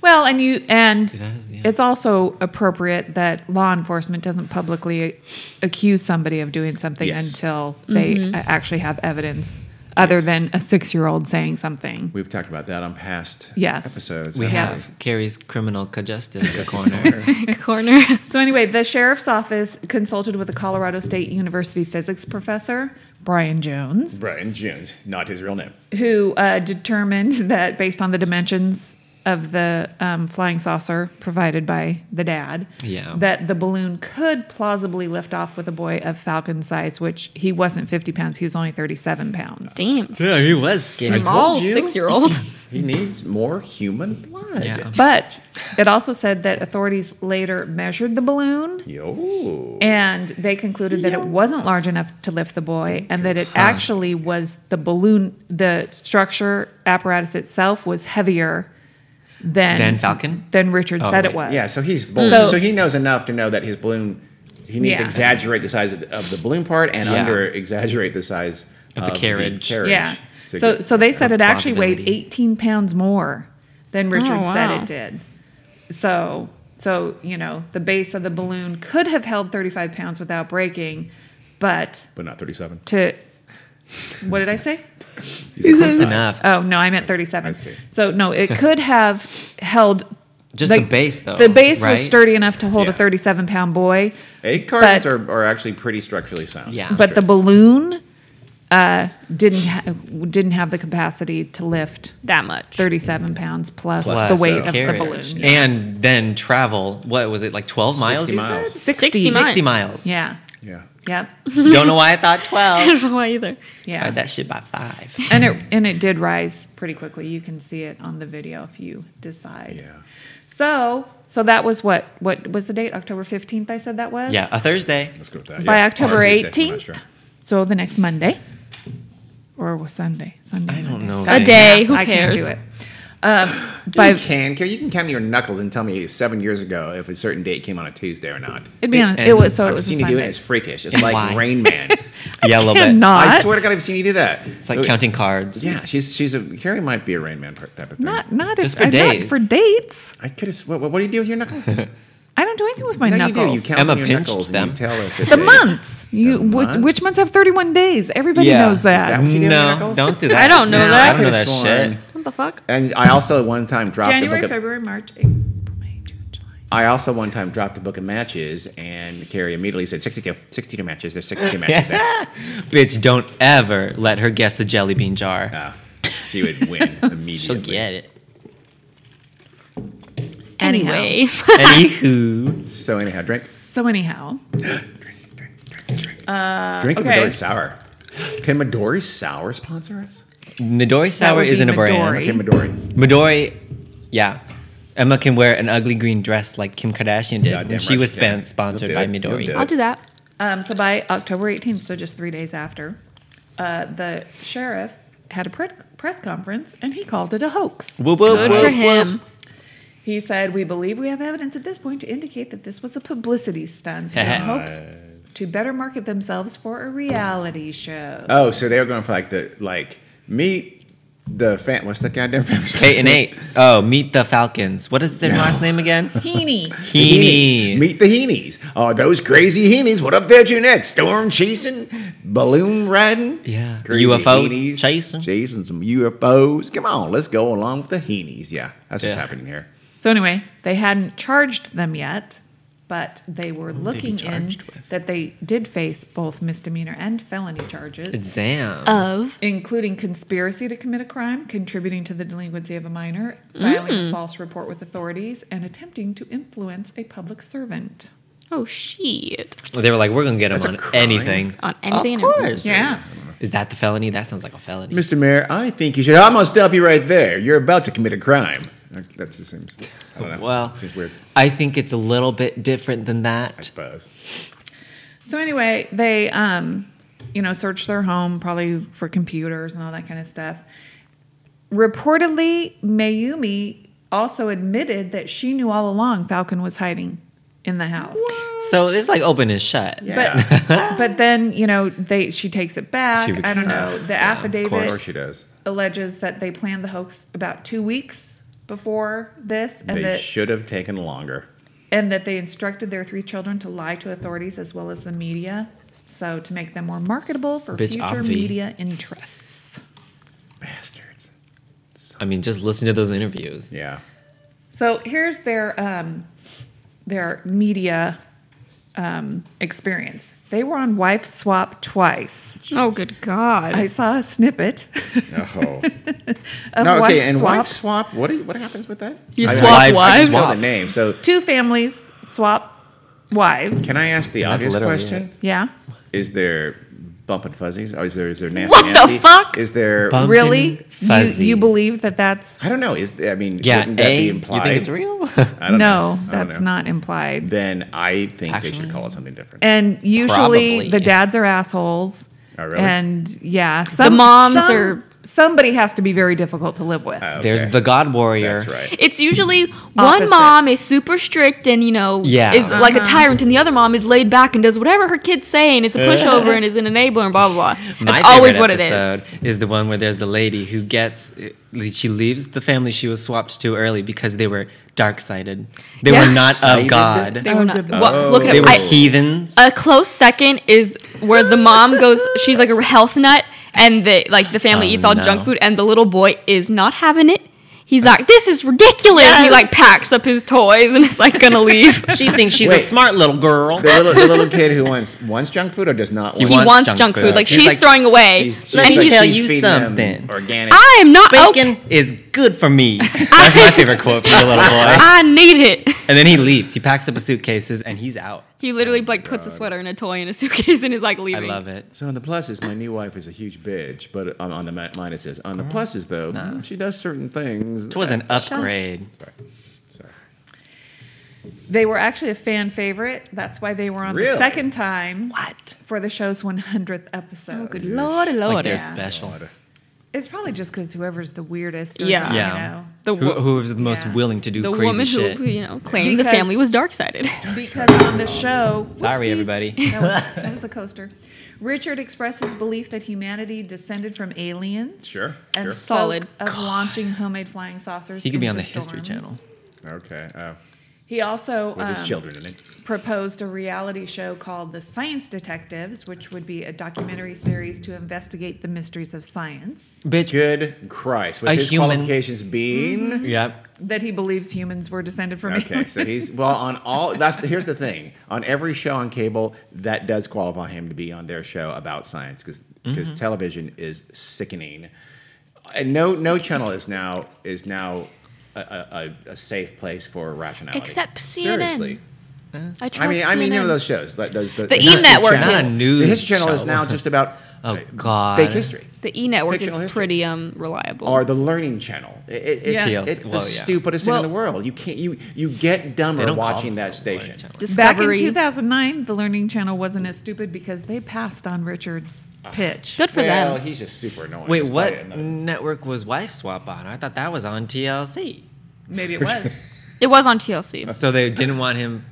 S3: Well, and you and
S4: yeah.
S3: it's also appropriate that law enforcement doesn't publicly accuse somebody of doing something
S1: Yes.
S3: until they a- actually have evidence other than a six year old saying something.
S1: We've talked about that on past
S3: Yes.
S1: episodes. Uh,
S4: We
S1: haven't
S4: have Carrie's criminal co- justice in the
S1: we?
S4: corner.
S2: corner.
S3: So, anyway, the sheriff's office consulted with a Colorado State University physics professor, Brian Jones,
S1: Brian Jones, not his real name.
S3: who uh, determined that based on the dimensions of the um, flying saucer provided by the dad,
S4: Yeah.
S3: that the balloon could plausibly lift off with a boy of falcon size, which he wasn't 50 pounds, he was only 37 pounds.
S2: Damn.
S4: yeah, he was skinny.
S2: Small six year old.
S1: He needs more human blood.
S4: Yeah.
S3: But it also said that authorities later measured the balloon
S1: Yo.
S3: and they concluded that it wasn't large enough to lift the boy and that it actually was the balloon, the structure apparatus itself was heavier than,
S4: Than Falcon?
S3: Than Richard
S4: Oh,
S3: said it
S4: wait.
S3: was.
S1: Yeah, so he's bold. So,
S3: So-
S1: he knows enough to know that his balloon. He needs to
S3: Yeah.
S1: exaggerate the size of the, of the balloon part and
S4: Yeah.
S1: under exaggerate the size
S4: Of the carriage.
S1: carriage
S3: Yeah.
S1: to
S3: So,
S1: get-
S3: so they said it actually weighed
S4: Plausibility.
S3: 18 pounds more than Richard
S2: Oh, wow.
S3: said it did. So, so you know, the base of the balloon could have held 35 pounds without breaking, but
S1: but not thirty-seven.
S3: to what did I say?
S1: He's
S4: Close enough.
S3: Oh no, I meant 37.
S1: I see.
S3: So no, it could have held
S4: Just the base, though,
S3: The base
S4: right?
S3: was sturdy enough to hold
S1: Yeah.
S3: a 37 pound boy,
S1: Egg cartons are,
S3: But-
S1: are actually pretty structurally sound.
S4: Yeah.
S3: but the balloon uh, didn't ha- didn't have the capacity to lift
S2: That much.
S3: 37 pounds plus,
S4: Plus
S3: the weight of the
S4: carriage.
S3: balloon.
S4: And then travel, what was it, like 12 miles?
S1: 60
S4: you
S1: miles.
S4: said?
S2: 60,
S4: 60 miles.
S3: Yeah.
S1: yeah.
S3: Yep.
S4: Don't know why I thought 12.
S2: I don't know why either.
S3: Yeah.
S4: Tried that shit by five.
S3: and it and it did rise pretty quickly. You can see it on the video if you decide.
S1: Yeah.
S3: So so that was what what was the date? October 15th. I said that was.
S4: Yeah, a Thursday.
S1: Let's go with that.
S3: By
S1: Yeah.
S3: October
S1: Or Tuesday, I'm not
S3: 18th?
S1: sure.
S3: So the next Monday, or was Sunday? Sunday.
S4: I
S3: Monday.
S4: don't know.
S2: A day. Who
S3: I can't
S2: cares?
S3: do it. Um, by
S1: You can. You can count your knuckles and tell me seven years ago if a certain date came on a Tuesday or not.
S3: it'd be on,
S4: and
S3: it was so it
S1: I've
S3: was a
S1: seen you do it.
S3: Sunday.
S1: It's freakish. It's like
S4: Why?
S1: Rain Man.
S4: Yeah, a little bit.
S3: Cannot.
S1: I swear to God, I've seen you do that.
S4: It's like counting cards.
S1: Yeah, she's she's a Carrie might be a Rain Man per- type of thing.
S3: Not not
S4: Just
S3: if,
S4: for
S3: I'm
S4: days.
S3: Not for dates.
S1: I could have. What, what do you do with your knuckles?
S3: I don't do anything with my
S1: no,
S3: knuckles.
S1: you do. You count
S4: Emma
S1: on your
S4: pinched
S1: knuckles
S4: them.
S1: and you tell if it's
S3: The
S1: a-
S3: months. You
S1: The
S3: whi-
S1: months?
S3: which months have 31 days? Everybody
S4: Yeah.
S3: knows
S4: Is
S3: that.
S1: that- Do you do
S4: No,
S1: miracles?
S4: don't do that.
S2: I don't know
S4: No,
S2: that.
S4: I don't know
S1: Could've
S4: that
S1: sworn.
S4: shit.
S2: What the fuck?
S1: And I also one time dropped a
S3: January,
S1: book. Of,
S3: February, March, April, May, June, July.
S1: I also one time dropped a book of matches, and Carrie immediately said 62, 62 matches. There's 62 matches there.
S4: Bitch, don't ever let her guess the jelly bean jar.
S1: Uh, she would win immediately.
S4: She'll get it.
S3: Anyhow.
S2: Anyway.
S4: Anywho.
S1: So anyhow, drink,
S3: So anyhow,
S4: Uh,
S1: drink
S3: okay.
S1: Midori sour. Can Midori sour sponsor us?
S4: Midori Sour
S3: would be
S4: isn't a brand.
S3: Midori.
S1: Okay, Midori.
S4: Midori, yeah. Emma can wear an ugly green dress like Kim Kardashian did
S1: Goddamn
S4: when she
S1: right
S4: was
S1: she can.
S4: span- sponsored
S1: You'll
S4: by
S1: do it. You'll
S4: Midori.
S1: do
S2: I'll do that.
S3: um, so by October 18th, so just three days after, uh, the sheriff had a pre- press conference and he called it a hoax.
S4: Whoop, whoop,
S2: Good
S4: whoop,
S2: for
S4: whoop.
S2: him.
S3: He said, "We believe we have evidence at this point to indicate that this was a publicity stunt in hopes to better market themselves for a reality show."
S1: Oh, so they were going for like the like meet the fan. What's the goddamn famous?
S4: Eight and eight. Oh, meet the Falcons. What is their last name again?
S3: Heaney.
S1: Heenies.
S4: Heaney.
S1: Meet the Heenies. Oh, those crazy Heenies. What up there, Jeanette? Storm chasing, balloon riding.
S4: Yeah.
S1: Crazy
S4: UFO
S1: Heenies.
S4: chasing.
S1: Chasing some UFOs. Come on, let's go along with the Heenies. Yeah, that's what's
S4: Yeah.
S1: happening here.
S3: So anyway, they hadn't charged them yet, but they were looking in
S4: charged with?
S3: that they did face both misdemeanor and felony charges.
S4: Exam.
S2: Uh, Of.
S3: including conspiracy to commit a crime, contributing to the delinquency of a minor, filing a false report with authorities, and attempting to influence a public servant.
S2: Oh, shit.
S4: they were like, we're going to get him
S1: That's a
S4: on
S1: crime.
S4: anything.
S2: On anything and
S4: Of course.
S2: everything.
S3: Yeah.
S4: Is that the felony? That sounds like a felony.
S1: Mr. Mayor, I think you should. I'm gonna stop you right there. You're about to commit a crime. Uh, That's the same. I don't know.
S4: Well,
S1: seems weird.
S4: I think it's a little bit different than
S1: I
S4: that.
S1: suppose.
S3: So anyway, they um, you know, searched their home probably for computers and all that kind of stuff. Reportedly, Mayumi also admitted that she knew all along Falcon was hiding in the house.
S4: So it's like open and shut.
S1: Yeah.
S3: But but then, you know, they she takes it back.
S4: She
S3: I don't know.
S4: recants.
S3: The
S4: Yeah, of
S3: affidavit
S1: of course she does.
S3: alleges that they planned the hoax about two weeks before this, and
S1: They
S3: that
S1: should have taken longer.
S3: and that they instructed their three children to lie to authorities as well as the media, so to make them more marketable for
S4: Bitch,
S3: future
S4: obvi.
S3: media interests.
S1: Bastards.
S4: I mean, just listen to those interviews.
S1: Yeah.
S3: So here's their um, their media um, experience. They were on Wife Swap twice.
S2: Oh, good God.
S3: I saw a snippet
S1: Oh.
S3: of
S1: no,
S3: Wife
S1: okay. And
S3: Swap.
S1: wife swap. What do you, what happens with that?
S2: You
S1: I-
S2: swap
S1: I- I
S2: wives?
S1: Swap the name. So
S3: Two families swap wives.
S1: can I ask the
S4: That's
S1: obvious
S4: literally
S1: question?
S3: yeah.
S1: Is there bump and fuzzies? Or is there is there nasty?
S2: What the
S1: nasty?
S2: fuck?
S1: Is there?
S4: Bump-
S3: Really? You,
S4: fuzzies.
S3: you believe that that's
S1: I don't know. Is there, I mean,
S4: Yeah,
S1: wouldn't that
S4: a
S1: be
S4: you
S1: implied?
S4: think it's real?
S1: I
S3: no,
S1: don't know. I don't
S3: that's
S1: know.
S3: not implied.
S1: Then I think they should
S4: Actually?
S1: call it something different.
S3: And usually
S4: Probably.
S3: the dads are assholes.
S1: Oh, really?
S3: And yeah, some,
S2: moms
S3: some-
S2: are-
S3: somebody has to be very difficult to live with.
S1: Okay.
S4: There's the God Warrior.
S1: That's right.
S2: It's usually one mom is
S3: Opposites.
S2: super strict and you know
S4: Yeah.
S2: is like a tyrant, and the other mom is laid back and does whatever her kids say and is a pushover and is an enabler and blah blah blah. That's always what it is.
S4: it is. Is the one where there's the lady who gets uh, she leaves the family she was swapped to early because they were dark sided. They
S2: Yeah.
S4: were not of
S1: Dark-sided?
S4: God.
S2: They
S4: They,
S2: were
S3: Oh,
S2: not.
S3: did-
S2: What, look it
S1: They
S2: up.
S4: were
S2: I- Uh,
S4: heathens.
S2: a close second is where the mom goes. She's like a health nut, and the like the family
S4: Oh,
S2: eats all
S4: no.
S2: junk food, and the little boy is not having it. He's like, "This is ridiculous." He like packs up his toys and is like gonna leave.
S4: she thinks she's
S1: Wait.
S4: a smart little girl.
S1: The little, the little kid who wants wants junk food or does not want
S2: he wants, junk food. Like
S4: She's
S2: she's throwing away.
S1: She's- she's
S4: Let
S2: and
S4: me
S2: he's
S4: tell
S1: she's
S4: you
S1: feeding them
S4: something.
S1: Organic.
S2: I am not okay.
S4: Bacon is good for me. That's my favorite quote from the little boy.
S2: I need it.
S4: And then he leaves. He packs up his suitcases and he's out.
S2: He literally like puts a sweater and a toy in a suitcase and is like
S4: I
S2: leaving.
S4: love it.
S1: So on the pluses, my new wife is a huge bitch, but on, on the mi- minuses, on the pluses though, she does certain things.
S4: It was an upgrade.
S1: Sorry, sorry.
S3: They were actually a fan favorite. That's why they were on the
S1: Really?
S3: second time. What? For the show's 100th episode.
S2: Oh, Good lord,
S4: Like
S2: lord.
S4: they're
S3: yeah.
S4: special.
S3: It's probably just because whoever's the weirdest. Or
S2: Yeah.
S3: The,
S4: Yeah.
S3: You know,
S2: The
S4: Who,
S2: wo-
S4: who's the most
S3: Yeah.
S4: willing to do
S2: the
S4: crazy
S2: woman
S4: shit?
S2: who you know claimed the
S3: Because-
S2: family was dark sided.
S3: because on the show.
S4: Sorry,
S3: Whoopsies.
S4: everybody.
S3: That was, that was a coaster. Richard expressed his belief that humanity descended from aliens
S1: Sure,
S3: and
S1: sure.
S3: spoke
S2: Solid.
S3: of launching homemade flying saucers.
S4: He could be on the
S3: into
S4: History
S3: storms.
S4: Channel.
S1: Okay, uh,
S3: He also
S1: with his
S3: um,
S1: children in it.
S3: proposed a reality show called The Science Detectives, which would be a documentary series to investigate the mysteries of science.
S4: Bitch.
S1: Good Christ! With
S4: A
S1: his
S4: human-
S1: qualifications being
S4: Yep.
S3: That he believes humans were descended from
S1: okay,
S3: aliens.
S1: so he's well on all. That's the, here's the thing: on every show on cable, that does qualify him to be on their show about science because
S4: Mm-hmm.
S1: television is sickening, and no no channel is now is now. A, a, a- a safe place for rationality.
S2: Except CNN.
S1: Seriously.
S2: I trust
S1: I mean, I mean, you know
S2: CNN.
S1: those shows. Like those, the
S2: The E!
S1: History
S2: Network
S1: Channel.
S4: Not a
S2: is-
S4: news
S1: The History Channel is
S4: show.
S1: now just about
S4: Oh,
S1: uh,
S4: God.
S1: fake history.
S2: The E Network is
S1: Fictional history.
S2: pretty um reliable.
S1: Or the Learning Channel. It, it- it's
S4: Yeah.
S1: it's the
S4: Well, yeah.
S1: stupidest
S3: Well-
S1: thing in the world. You can't you you get dumber watching that station.
S3: Back in
S2: Discovery.
S3: 2009, the Learning Channel wasn't as stupid because they passed on Richard's
S1: Ah.
S3: pitch.
S2: Good for
S1: well,
S2: them.
S1: he's just super annoying.
S4: Wait,
S1: It's
S4: what
S1: probably another-
S4: network was Wife Swap on? I thought that was on TLC.
S3: Maybe it was.
S2: It was on TLC.
S4: So they didn't want him.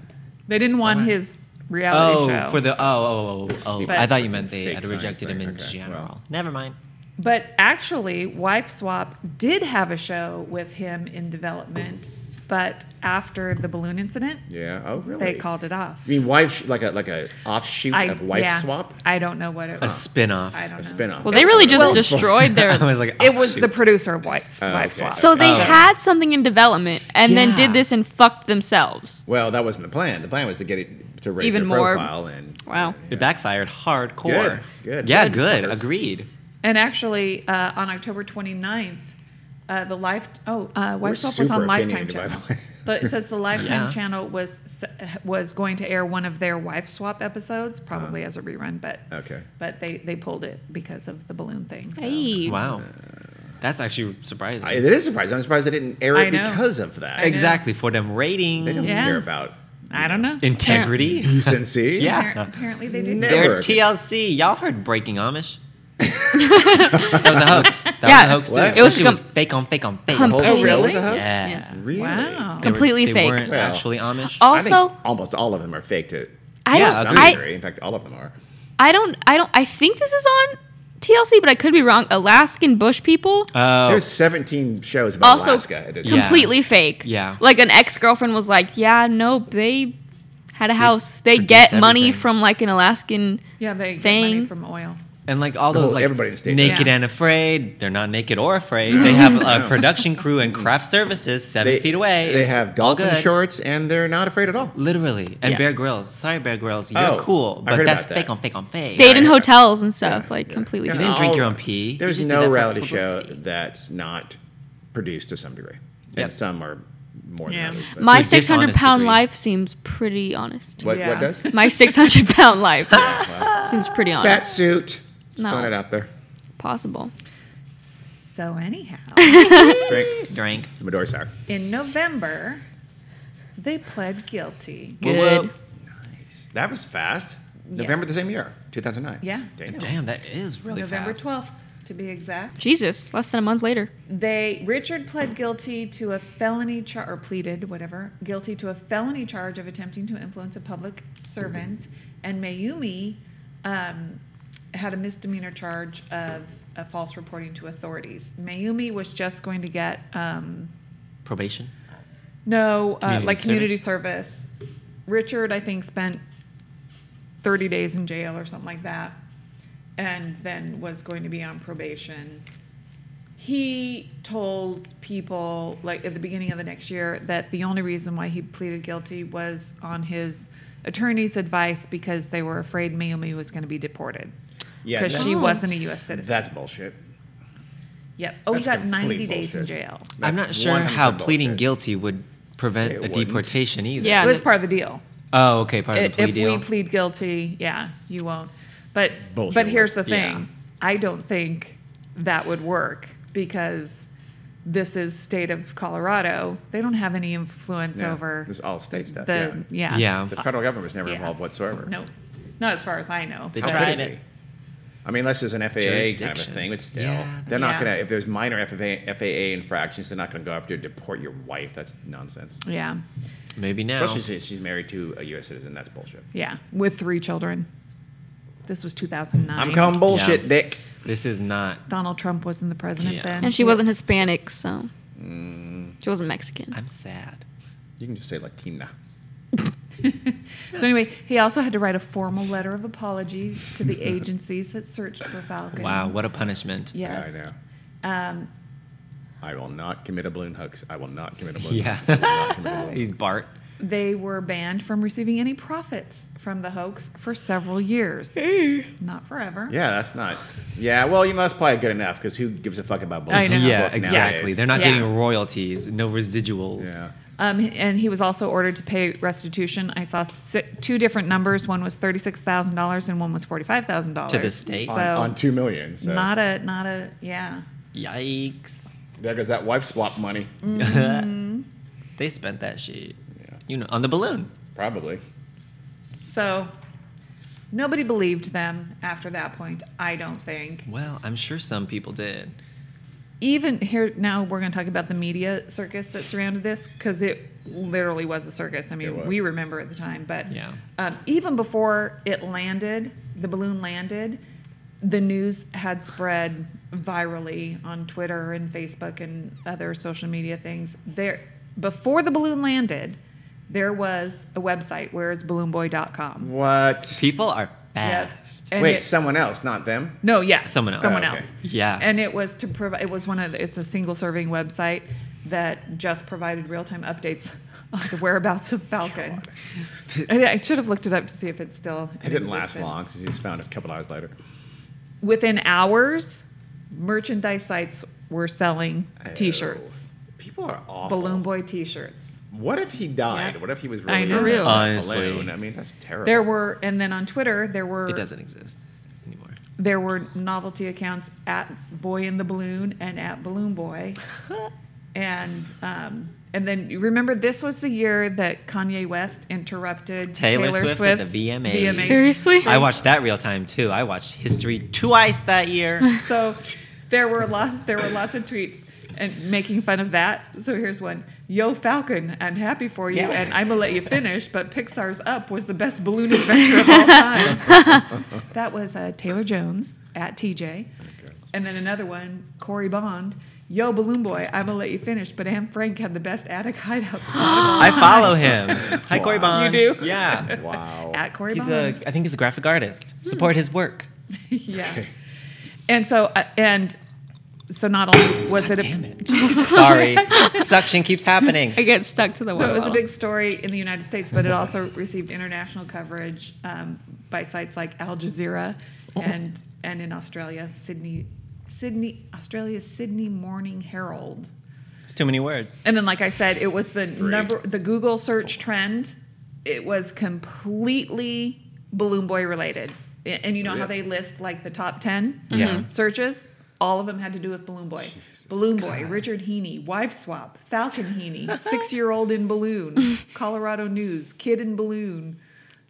S3: they didn't want his reality
S4: Oh,
S3: show.
S4: for the oh oh oh, oh.
S1: Stupid
S4: I thought you meant they
S1: fake
S4: had
S1: science
S4: rejected him
S1: thing.
S4: in
S1: Okay,
S4: general.
S1: well.
S4: Never mind.
S3: But actually, Wife Swap did have a show with him in development, but after the balloon incident,
S1: Yeah. Oh, really?
S3: they called it off.
S1: You mean wife sh- like a like a offshoot of wife
S3: yeah.
S1: swap?
S3: I don't know what it
S4: A
S3: was.
S4: spin-off.
S3: I don't
S1: A
S3: know.
S1: spin-off.
S2: Well, they really just
S1: Well,
S2: destroyed their.
S4: I was like, oh,
S3: It was the
S4: offshoot.
S3: producer of Wife,
S1: Oh,
S3: Wife
S1: okay.
S3: Swap.
S2: so they
S4: Oh.
S2: had something in development and then did
S4: Yeah.
S2: this and fucked themselves.
S1: Well, that wasn't the plan. The plan was to get it to raise
S2: Even
S1: their
S2: more-
S1: profile and
S2: Wow.
S4: It backfired hardcore.
S1: Good, good.
S4: Yeah,
S1: Good.
S4: good. Agreed.
S3: and actually, uh, on October 29th, uh, the Life oh uh,
S1: We're
S3: Wife Swap was
S1: super
S3: on Lifetime
S1: opinionated, by
S3: Channel.
S1: the way.
S3: But it says the Lifetime
S4: Yeah.
S3: Channel was was going to air one of their Wife Swap episodes, probably as a rerun, but
S1: Uh-huh. Okay.
S3: but they, they pulled it because of the balloon thing. so.
S2: Hey.
S4: Wow. That's actually surprising.
S1: I, it is surprising. I'm surprised they didn't air
S3: I
S1: it
S3: know.
S1: because of that.
S4: exactly for them
S1: They don't
S4: rating
S1: care
S3: Yes.
S1: about
S3: I don't know.
S4: integrity.
S1: decency.
S4: Yeah.
S3: Appar- Apparently they did.
S1: Never.
S4: They're
S1: Network.
S4: TLC. Y'all heard Breaking Amish. that was a hoax. That
S2: Yeah.
S4: was a hoax too.
S1: What? It
S4: It
S2: was
S4: was, was
S2: com-
S4: fake on fake on fake.
S1: The
S2: Com-
S1: whole
S2: Oh,
S1: show
S2: really?
S1: was a hoax?
S4: Yeah.
S1: Really?
S3: Wow.
S4: They were-
S2: Completely
S4: they
S2: fake. Oh.
S4: weren't
S1: Well,
S4: actually Amish.
S1: I think
S2: Also,
S1: almost all of them are fake to
S2: I
S3: Oh,
S4: Yeah,
S2: don't.
S1: some
S4: agree.
S2: I,
S1: degree. In fact, all of them are.
S2: I don't. I don't. I think this is on TLC, but I could be wrong. Alaskan Bush people.
S4: Oh,
S1: There's 17 shows about
S2: also
S1: Alaska at this
S4: Yeah.
S1: point.
S2: completely fake.
S4: Yeah.
S2: Like an ex girlfriend was like, yeah, nope, they had a house. They
S4: produce
S2: get money
S4: everything."
S2: from like an Alaskan.
S3: Yeah, they get
S2: Thing.
S3: money from oil.
S4: And like all those
S1: whole-
S4: like
S1: everybody in the state.
S4: naked
S3: Yeah.
S4: and afraid, they're not naked or afraid. They have a production crew and craft services seven
S1: They-
S4: feet away.
S1: They
S4: It's
S1: have
S4: all
S1: dolphin
S4: good.
S1: shorts and they're not afraid at all.
S4: Literally. And
S2: Yeah.
S4: Bear Grylls. Sorry, Bear Grylls. You're
S1: Oh,
S4: cool,
S1: I
S4: but
S1: heard
S4: that's
S1: about that.
S4: fake on fake on fake.
S2: Stayed in
S1: Yeah.
S2: hotels and stuff, like completely.
S1: Yeah.
S4: You didn't drink your
S1: All-
S4: own pee. You
S1: There's
S4: just did that
S1: no
S4: for
S1: reality show
S4: publicity.
S1: that's not produced to some degree,
S4: Yep.
S1: and some are more than
S3: Yeah.
S1: others. but-
S2: My
S4: To a dishonest
S2: 600 pound
S4: degree.
S2: life seems pretty honest.
S1: what,
S3: Yeah.
S1: what does?
S2: My 600 pound life
S1: Wow.
S2: seems pretty
S1: Fat
S2: honest.
S1: suit. Just
S2: No.
S1: throwing it out there.
S2: Possible.
S3: So anyhow.
S1: Drink.
S4: Drank.
S1: Midori sour.
S3: in November, they pled guilty.
S2: Good.
S1: That was fast. November the same year, 2009.
S3: Yeah.
S1: Damn.
S4: Damn, that is really
S3: November
S4: fast.
S3: 12th, to be exact.
S2: Jesus, less than a month later.
S3: They Richard pled guilty to a felony char- or pleaded whatever, guilty to a felony charge of attempting to influence a public servant, and Mayumi um, had a misdemeanor charge of a false reporting to authorities. Mayumi was just going to get um,
S4: Probation.
S3: No, uh,
S4: Community
S3: like community
S4: service?
S3: service. Richard, I think, spent 30 days in jail or something like that, and then was going to be on probation. He told people, like at the beginning of the next year, that the only reason why he pleaded guilty was on his attorney's advice because they were afraid Mayumi was going to be deported
S1: Yeah.
S3: because
S1: That's,
S3: she
S2: Oh.
S3: wasn't a U.S. citizen.
S1: that's bullshit.
S3: yep. Oh, he
S1: that's
S3: got 90
S1: complete
S3: days in
S1: bullshit.
S3: jail.
S1: That's
S4: I'm not sure
S1: 100%
S4: how pleading
S1: bullshit.
S4: guilty would prevent
S1: It
S4: a
S1: wouldn't.
S4: deportation either.
S2: Yeah.
S3: It was part of the deal.
S4: Oh, okay. Part of the
S3: if,
S4: plea
S3: if
S4: deal.
S3: we plead guilty, yeah, you won't. But
S1: Bullshit
S3: but here's the
S1: would.
S3: thing.
S4: Yeah.
S3: I don't think that would work because this is state of Colorado. They don't have any influence
S1: Yeah.
S3: over
S1: This is all state stuff.
S3: the
S1: yeah.
S3: yeah.
S4: Yeah.
S1: The federal government was never
S3: Yeah.
S1: involved whatsoever.
S3: No. Not as far as I know.
S4: They
S1: How
S3: but-
S1: could
S4: tried
S1: it
S4: it.
S1: be? I mean, unless there's an FAA kind of a
S4: Jurisdiction.
S1: thing, but still,
S4: Yeah,
S1: they're not
S3: yeah.
S1: gonna. If there's minor FAA, FAA infractions, they're not gonna go after deport your wife. That's nonsense.
S3: Yeah.
S4: Maybe now.
S1: Especially since she's married to a U.S. citizen. That's bullshit.
S3: Yeah. With three children. This was 2009.
S1: I'm calling bullshit,
S4: Yeah.
S1: Dick.
S4: This is not.
S3: Donald Trump wasn't the president
S4: Yeah.
S3: then.
S2: And she
S3: Yeah.
S2: wasn't Hispanic, so
S1: Mm.
S2: she wasn't Mexican.
S4: I'm sad.
S1: You can just say Latina.
S3: So anyway, he also had to write a formal letter of apology to the agencies that searched for Falcon.
S4: Wow, what a punishment.
S3: Yes.
S1: I know.
S3: Um,
S1: I will not commit a balloon hoax. I will not commit a balloon.
S4: Yeah.
S1: hoax. I will not commit a balloon
S4: He's Bart.
S3: They were banned from receiving any profits from the hoax for several years. Not forever.
S1: Yeah, that's not. Yeah, well, you must probably good enough because who gives a fuck about
S3: I
S1: balloons?
S3: know.
S4: Yeah,
S1: Look,
S4: exactly.
S1: nowadays.
S4: They're not
S3: Yeah.
S4: getting royalties, no residuals.
S1: Yeah.
S3: Um, and he was also ordered to pay restitution. I saw si- two different numbers. One was thirty-six thousand dollars, and one was forty-five thousand dollars
S4: To the state.
S3: So
S1: On, on two million. So
S3: not a not a yeah.
S4: Yikes.
S1: there goes that wife swap money.
S3: Mm-hmm.
S4: they spent that shit.
S1: Yeah.
S4: You know, on the balloon.
S1: Probably.
S3: So nobody believed them after that point. I don't think.
S4: Well, I'm sure some people did.
S3: even here now we're going to talk about the media circus that surrounded this because it literally was a circus i
S1: It
S3: mean
S1: was.
S3: we remember at the time but
S4: Yeah.
S3: um, even before it landed the balloon landed the news had spread virally on twitter and facebook and other social media things there before the balloon landed there was a website where's balloonboy.com
S1: What?
S4: People are fast.
S3: And
S1: Wait,
S3: it-
S1: someone else, not them.
S3: no yeah
S4: Someone else.
S3: someone
S1: Okay.
S3: else
S4: Yeah.
S3: and it was to provide it was one of the, it's a single serving website that just provided real-time updates of the whereabouts of falcon And i should have looked it up to see if it's still
S1: It didn't last long because was found a couple hours later.
S3: within hours merchandise sites were selling t-shirts
S1: Oh, People are awful.
S3: balloon boy t-shirts
S1: What if he died?
S3: Yeah.
S1: What if he was
S3: I
S1: really
S3: know. For real.
S4: Honestly.
S1: Alone? I mean, that's terrible.
S3: there were and then on twitter there were
S4: It doesn't exist anymore.
S3: there were novelty accounts at Boy in the Balloon and at Balloon Boy. and um, and then you remember this was the year that Kanye West interrupted
S4: Taylor
S3: Taylor,
S4: Swift at
S3: Swift's
S4: the VMAs.
S2: Seriously?
S4: I watched that real time too. I watched History twice that year.
S3: So there were lots there were lots of tweets and making fun of that. So here's one. Yo Falcon, I'm happy for you
S4: Yeah.
S3: and I'm gonna let you finish, but Pixar's Up was the best balloon adventure of all time. that was uh, Taylor Jones at TJ. And then another one, Corey Bond. Yo, Balloon Boy, I'm gonna let you finish, but Anne Frank had the best attic hideout spot
S4: I follow him. Hi, Corey
S1: Wow.
S4: Bond.
S3: You do?
S4: Yeah.
S1: Wow.
S3: at Corey
S4: He's
S3: Bond.
S2: Hmm.
S4: a, I think he's a graphic artist. Support his work.
S3: yeah. And so uh, and so not only was it a
S4: Sorry, suction keeps happening.
S2: I get stuck to the
S3: So
S2: wall.
S3: it was a big story in the United States, but it also received international coverage um, by sites like Al Jazeera and and in Australia, Sydney, Sydney, Australia's Sydney Morning Herald.
S4: It's too many words.
S3: And then, like I said, it was the number the Google search trend. It was completely balloon boy related, A- and you know how they list like the top ten
S4: Yeah. Mhm.
S3: searches. All of them had to do with Balloon Boy. balloon Boy, Richard Heaney, Wife Swap, Falcon Heaney, Six Year Old in Balloon, Colorado News, Kid in Balloon,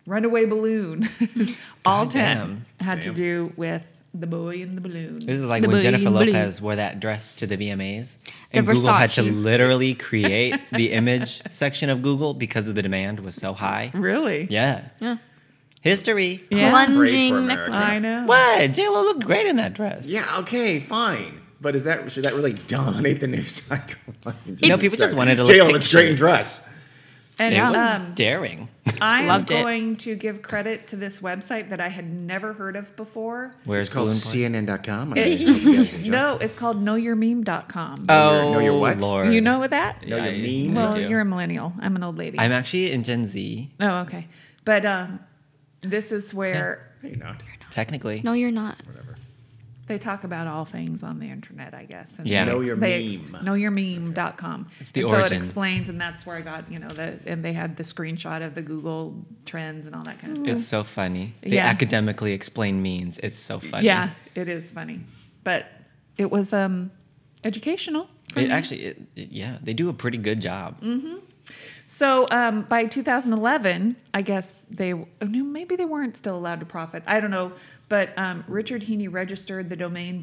S3: Runaway Balloon. All
S4: Goddamn.
S3: 10 had to do with the boy in the balloon.
S4: This is like
S2: The
S4: when
S2: balloon,
S4: Jennifer
S2: balloon.
S4: Lopez wore that dress to the VMAs,
S2: The
S4: and Google had to
S2: Versace's.
S4: literally create the image section of Google because of the demand was so high.
S3: Really?
S4: Yeah.
S2: Yeah.
S4: History.
S3: Yeah.
S1: Great for
S2: plunging
S1: America.
S2: necklace.
S3: I know.
S4: What? J Lo looked great in that dress.
S1: Yeah, okay, fine. But is that should that really dominate the news cycle? you
S4: know, people just wanted to
S1: J-Lo
S4: look
S1: looks great in
S4: pictures.
S1: dress.
S3: And
S4: It was
S3: um,
S4: daring.
S3: I am
S2: Loved it.
S3: going to give credit to this website that I had never heard of before.
S4: Where's
S1: It's called
S4: Balloon Boy?
S1: CNN.com. I hope you guys enjoy.
S3: No, it's called KnowYourMeme.com.
S4: Oh,
S1: Know your what?
S4: Lord.
S3: you know that?
S1: Know your
S4: I-
S1: meme?
S4: I
S3: well,
S4: do.
S3: you're a millennial. I'm an old lady.
S4: I'm actually in Gen Z,
S3: oh, okay. But um, this is where
S1: No, you're not.
S4: technically.
S2: No, you're not.
S3: they talk about all things on the internet, I guess. And
S4: Yeah.
S1: Know your
S3: They ex-
S1: meme.
S3: knowyourmeme.com.
S4: It's the
S3: and So
S4: origin.
S3: it explains, and that's where I got, you know, the and they had the screenshot of the Google trends and all that kind of stuff.
S4: It's so funny. They
S3: Yeah.
S4: academically explain means. It's so funny.
S3: Yeah, it is funny, but it was um, educational.
S4: It actually, it, it- yeah, they do a pretty good job.
S3: Mm-hmm. So um, by 2011, I guess they oh, no, maybe they weren't still allowed to profit. I don't know. But um, Richard Heaney registered the domain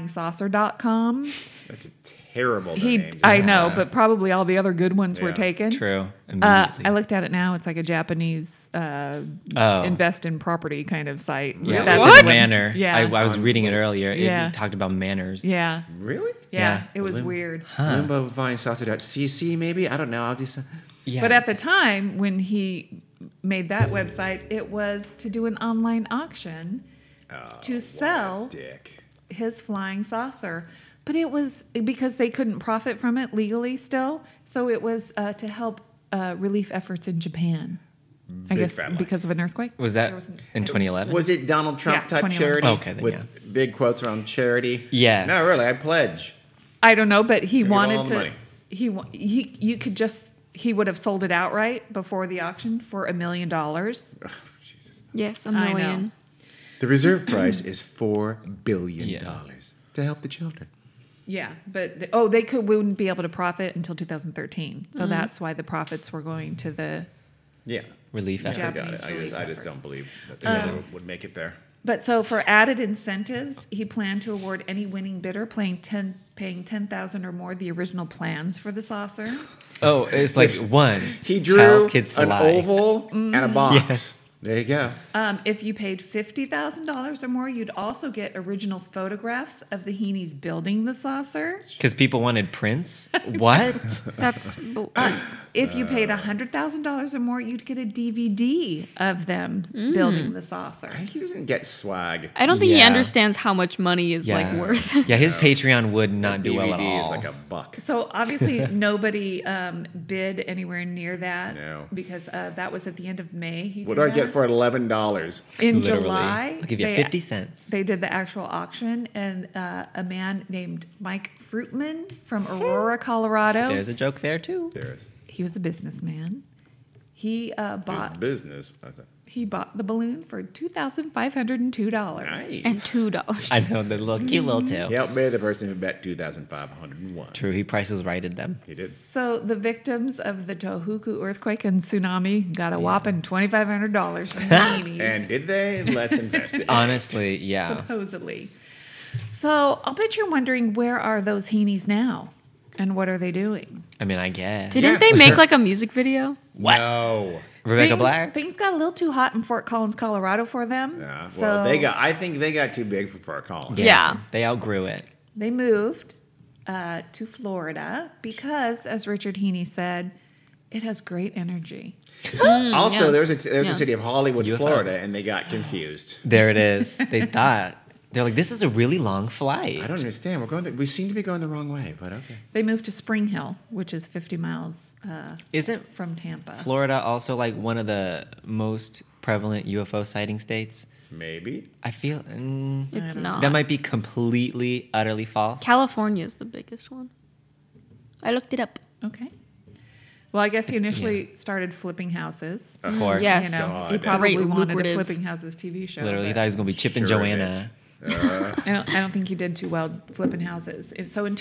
S3: balloonboyflyingsaucer.com.
S1: That's a terrible
S3: He,
S1: domain.
S3: I know, but probably all the other good ones were
S1: Yeah.
S3: taken.
S4: True.
S3: Uh,
S4: Immediately.
S3: I looked at it now. It's like a Japanese uh,
S4: oh.
S3: invest in property kind of site.
S4: yeah,
S3: That's
S4: it was
S3: what-
S4: a manner.
S3: Yeah.
S4: I, I
S1: Um,
S4: was reading it earlier. It
S3: Yeah.
S4: talked about manners.
S3: yeah,
S1: Really?
S3: yeah,
S4: Yeah.
S3: It was
S1: Balloon-
S3: weird.
S1: Limbo Vine CC maybe? I don't know. I'll do some.
S4: Yeah.
S3: But at the time when he made that website, it was to do an online auction to sell
S1: Oh, Dick.
S3: his flying saucer. But it was because they couldn't profit from it legally still. So it was uh, to help uh, relief efforts in Japan. I guess
S1: fat lie.
S3: because of an earthquake.
S4: was that
S3: There was an-
S4: in 2011?
S1: Was it Donald Trump
S3: Yeah,
S1: type
S3: 21.
S1: charity?
S4: Okay, then,
S1: with
S4: yeah.
S1: big quotes around charity.
S4: Yes.
S1: No, really. I pledge.
S3: I don't know, but he
S1: give all
S3: wanted
S1: the
S3: to.
S1: money.
S3: He wa- he you could just he would have sold it outright before the auction for a million dollars.
S2: Yes, a
S3: I know.
S2: million.
S1: The reserve price is four billion
S4: Yeah.
S1: dollars to help the children.
S3: Yeah, but the, oh, they could wouldn't be able to profit until 2013. So that's why the profits were going to the.
S1: Yeah.
S4: Relief
S1: I
S4: effort.
S1: got it. I just, I just don't believe that they
S3: Um,
S1: ever would make it there.
S3: But so for added incentives, he planned to award any winning bidder paying ten paying ten thousand or more the original plans for the saucer.
S4: Oh, it's like one.
S1: He
S4: tell
S1: drew
S4: kids to
S1: an
S4: lie.
S1: oval
S3: Mm.
S1: and a box. There you go.
S3: Um, if you paid fifty thousand dollars or more, you'd also get original photographs of the Heaney's building the saucer.
S4: Because people wanted prints. What?
S2: That's bl-
S3: If you paid hundred thousand dollars or more, you'd get a DVD of them building the saucer.
S1: He doesn't get swag.
S2: I don't think he
S4: Yeah.
S2: understands how much money is
S4: yeah.
S2: like worth.
S4: yeah, his Patreon would not do
S1: DVD
S4: well at all.
S1: is like a buck.
S3: So obviously nobody um, bid anywhere near that
S1: No.
S3: because uh, that was at the end of May. He
S1: What
S3: did
S1: do I get
S3: that.
S1: for eleven dollars?
S3: in
S4: Literally.
S3: July?
S4: I'll give you
S3: they-
S4: 50 cents.
S3: They did the actual auction, and uh, a man named Mike Fruitman from Aurora, Colorado.
S4: There's a joke there too.
S1: There is
S3: he was a businessman. He uh,
S1: there's
S3: bought
S1: business. I was like,
S3: he bought the balloon for two thousand five hundred and two dollars.
S1: nice.
S2: and two dollars.
S4: I know the little cute
S3: Mm.
S4: little tail.
S1: He outbid the person who bet two thousand five hundred and one.
S4: True, he prices righted them.
S1: He did.
S3: So the victims of the Tohoku earthquake and tsunami got a whopping twenty five hundred dollars from the Heaney's.
S1: And did they? Let's investigate.
S4: Honestly, yeah.
S3: supposedly. So I'll bet you're wondering where are those Heenies now, and what are they doing?
S4: I mean, I guess.
S2: Didn't
S1: Yeah,
S2: they
S1: for
S2: make
S1: sure.
S2: like a music video?
S4: What?
S1: No.
S4: Rebecca
S3: things,
S4: Black?
S3: things got a little too hot in Fort Collins, Colorado, for them.
S1: Yeah.
S3: so
S1: Well, they got. I think they got too big for Fort Collins.
S2: Yeah.
S4: They outgrew it.
S3: they moved uh, to Florida because, as Richard Heaney said, It has great energy. Hmm,
S1: also,
S2: yes,
S1: there's a there's a city
S2: yes.
S1: of Hollywood,
S4: UFOs.
S1: Florida, and they got confused.
S4: There it is. They thought they're like, this is a really long flight.
S1: I don't understand. We're going. The, we seem to be going the wrong way, but okay.
S3: They moved to Spring Hill, which is 50 miles uh,
S4: Isn't
S3: from Tampa.
S4: Florida also like one of the most prevalent UFO sighting states?
S1: Maybe
S4: I feel mm,
S2: It's not.
S4: that might be completely, utterly false.
S2: California is the biggest one. I looked it up.
S3: okay. Well, I guess he initially started flipping houses.
S4: of course.
S2: yes.
S3: You know,
S1: God.
S3: he probably
S2: Great
S3: wanted
S2: lucrative.
S3: a flipping houses TV show.
S4: Literally, he
S3: but
S4: thought he was going to be Chip and
S1: Sure of
S4: Joanna.
S3: I, don't, I don't think he did too well flipping houses. And so in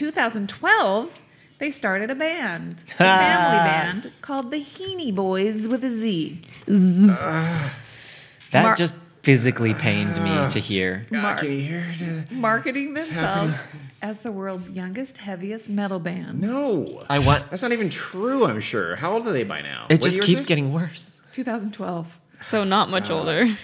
S3: 2012, they started a band, a family band called the Heaney Boys with a Z.
S4: That
S3: Mar-
S4: just physically pained me to hear.
S1: God, can you hear? it?
S3: marketing themselves as the world's youngest, heaviest metal band.
S1: No,
S4: I want.
S1: that's not even true. I'm sure. How old are they by now?
S4: It
S1: What
S4: just
S1: year is
S4: keeps
S1: this?
S4: getting worse.
S3: 2012.
S2: So not much older.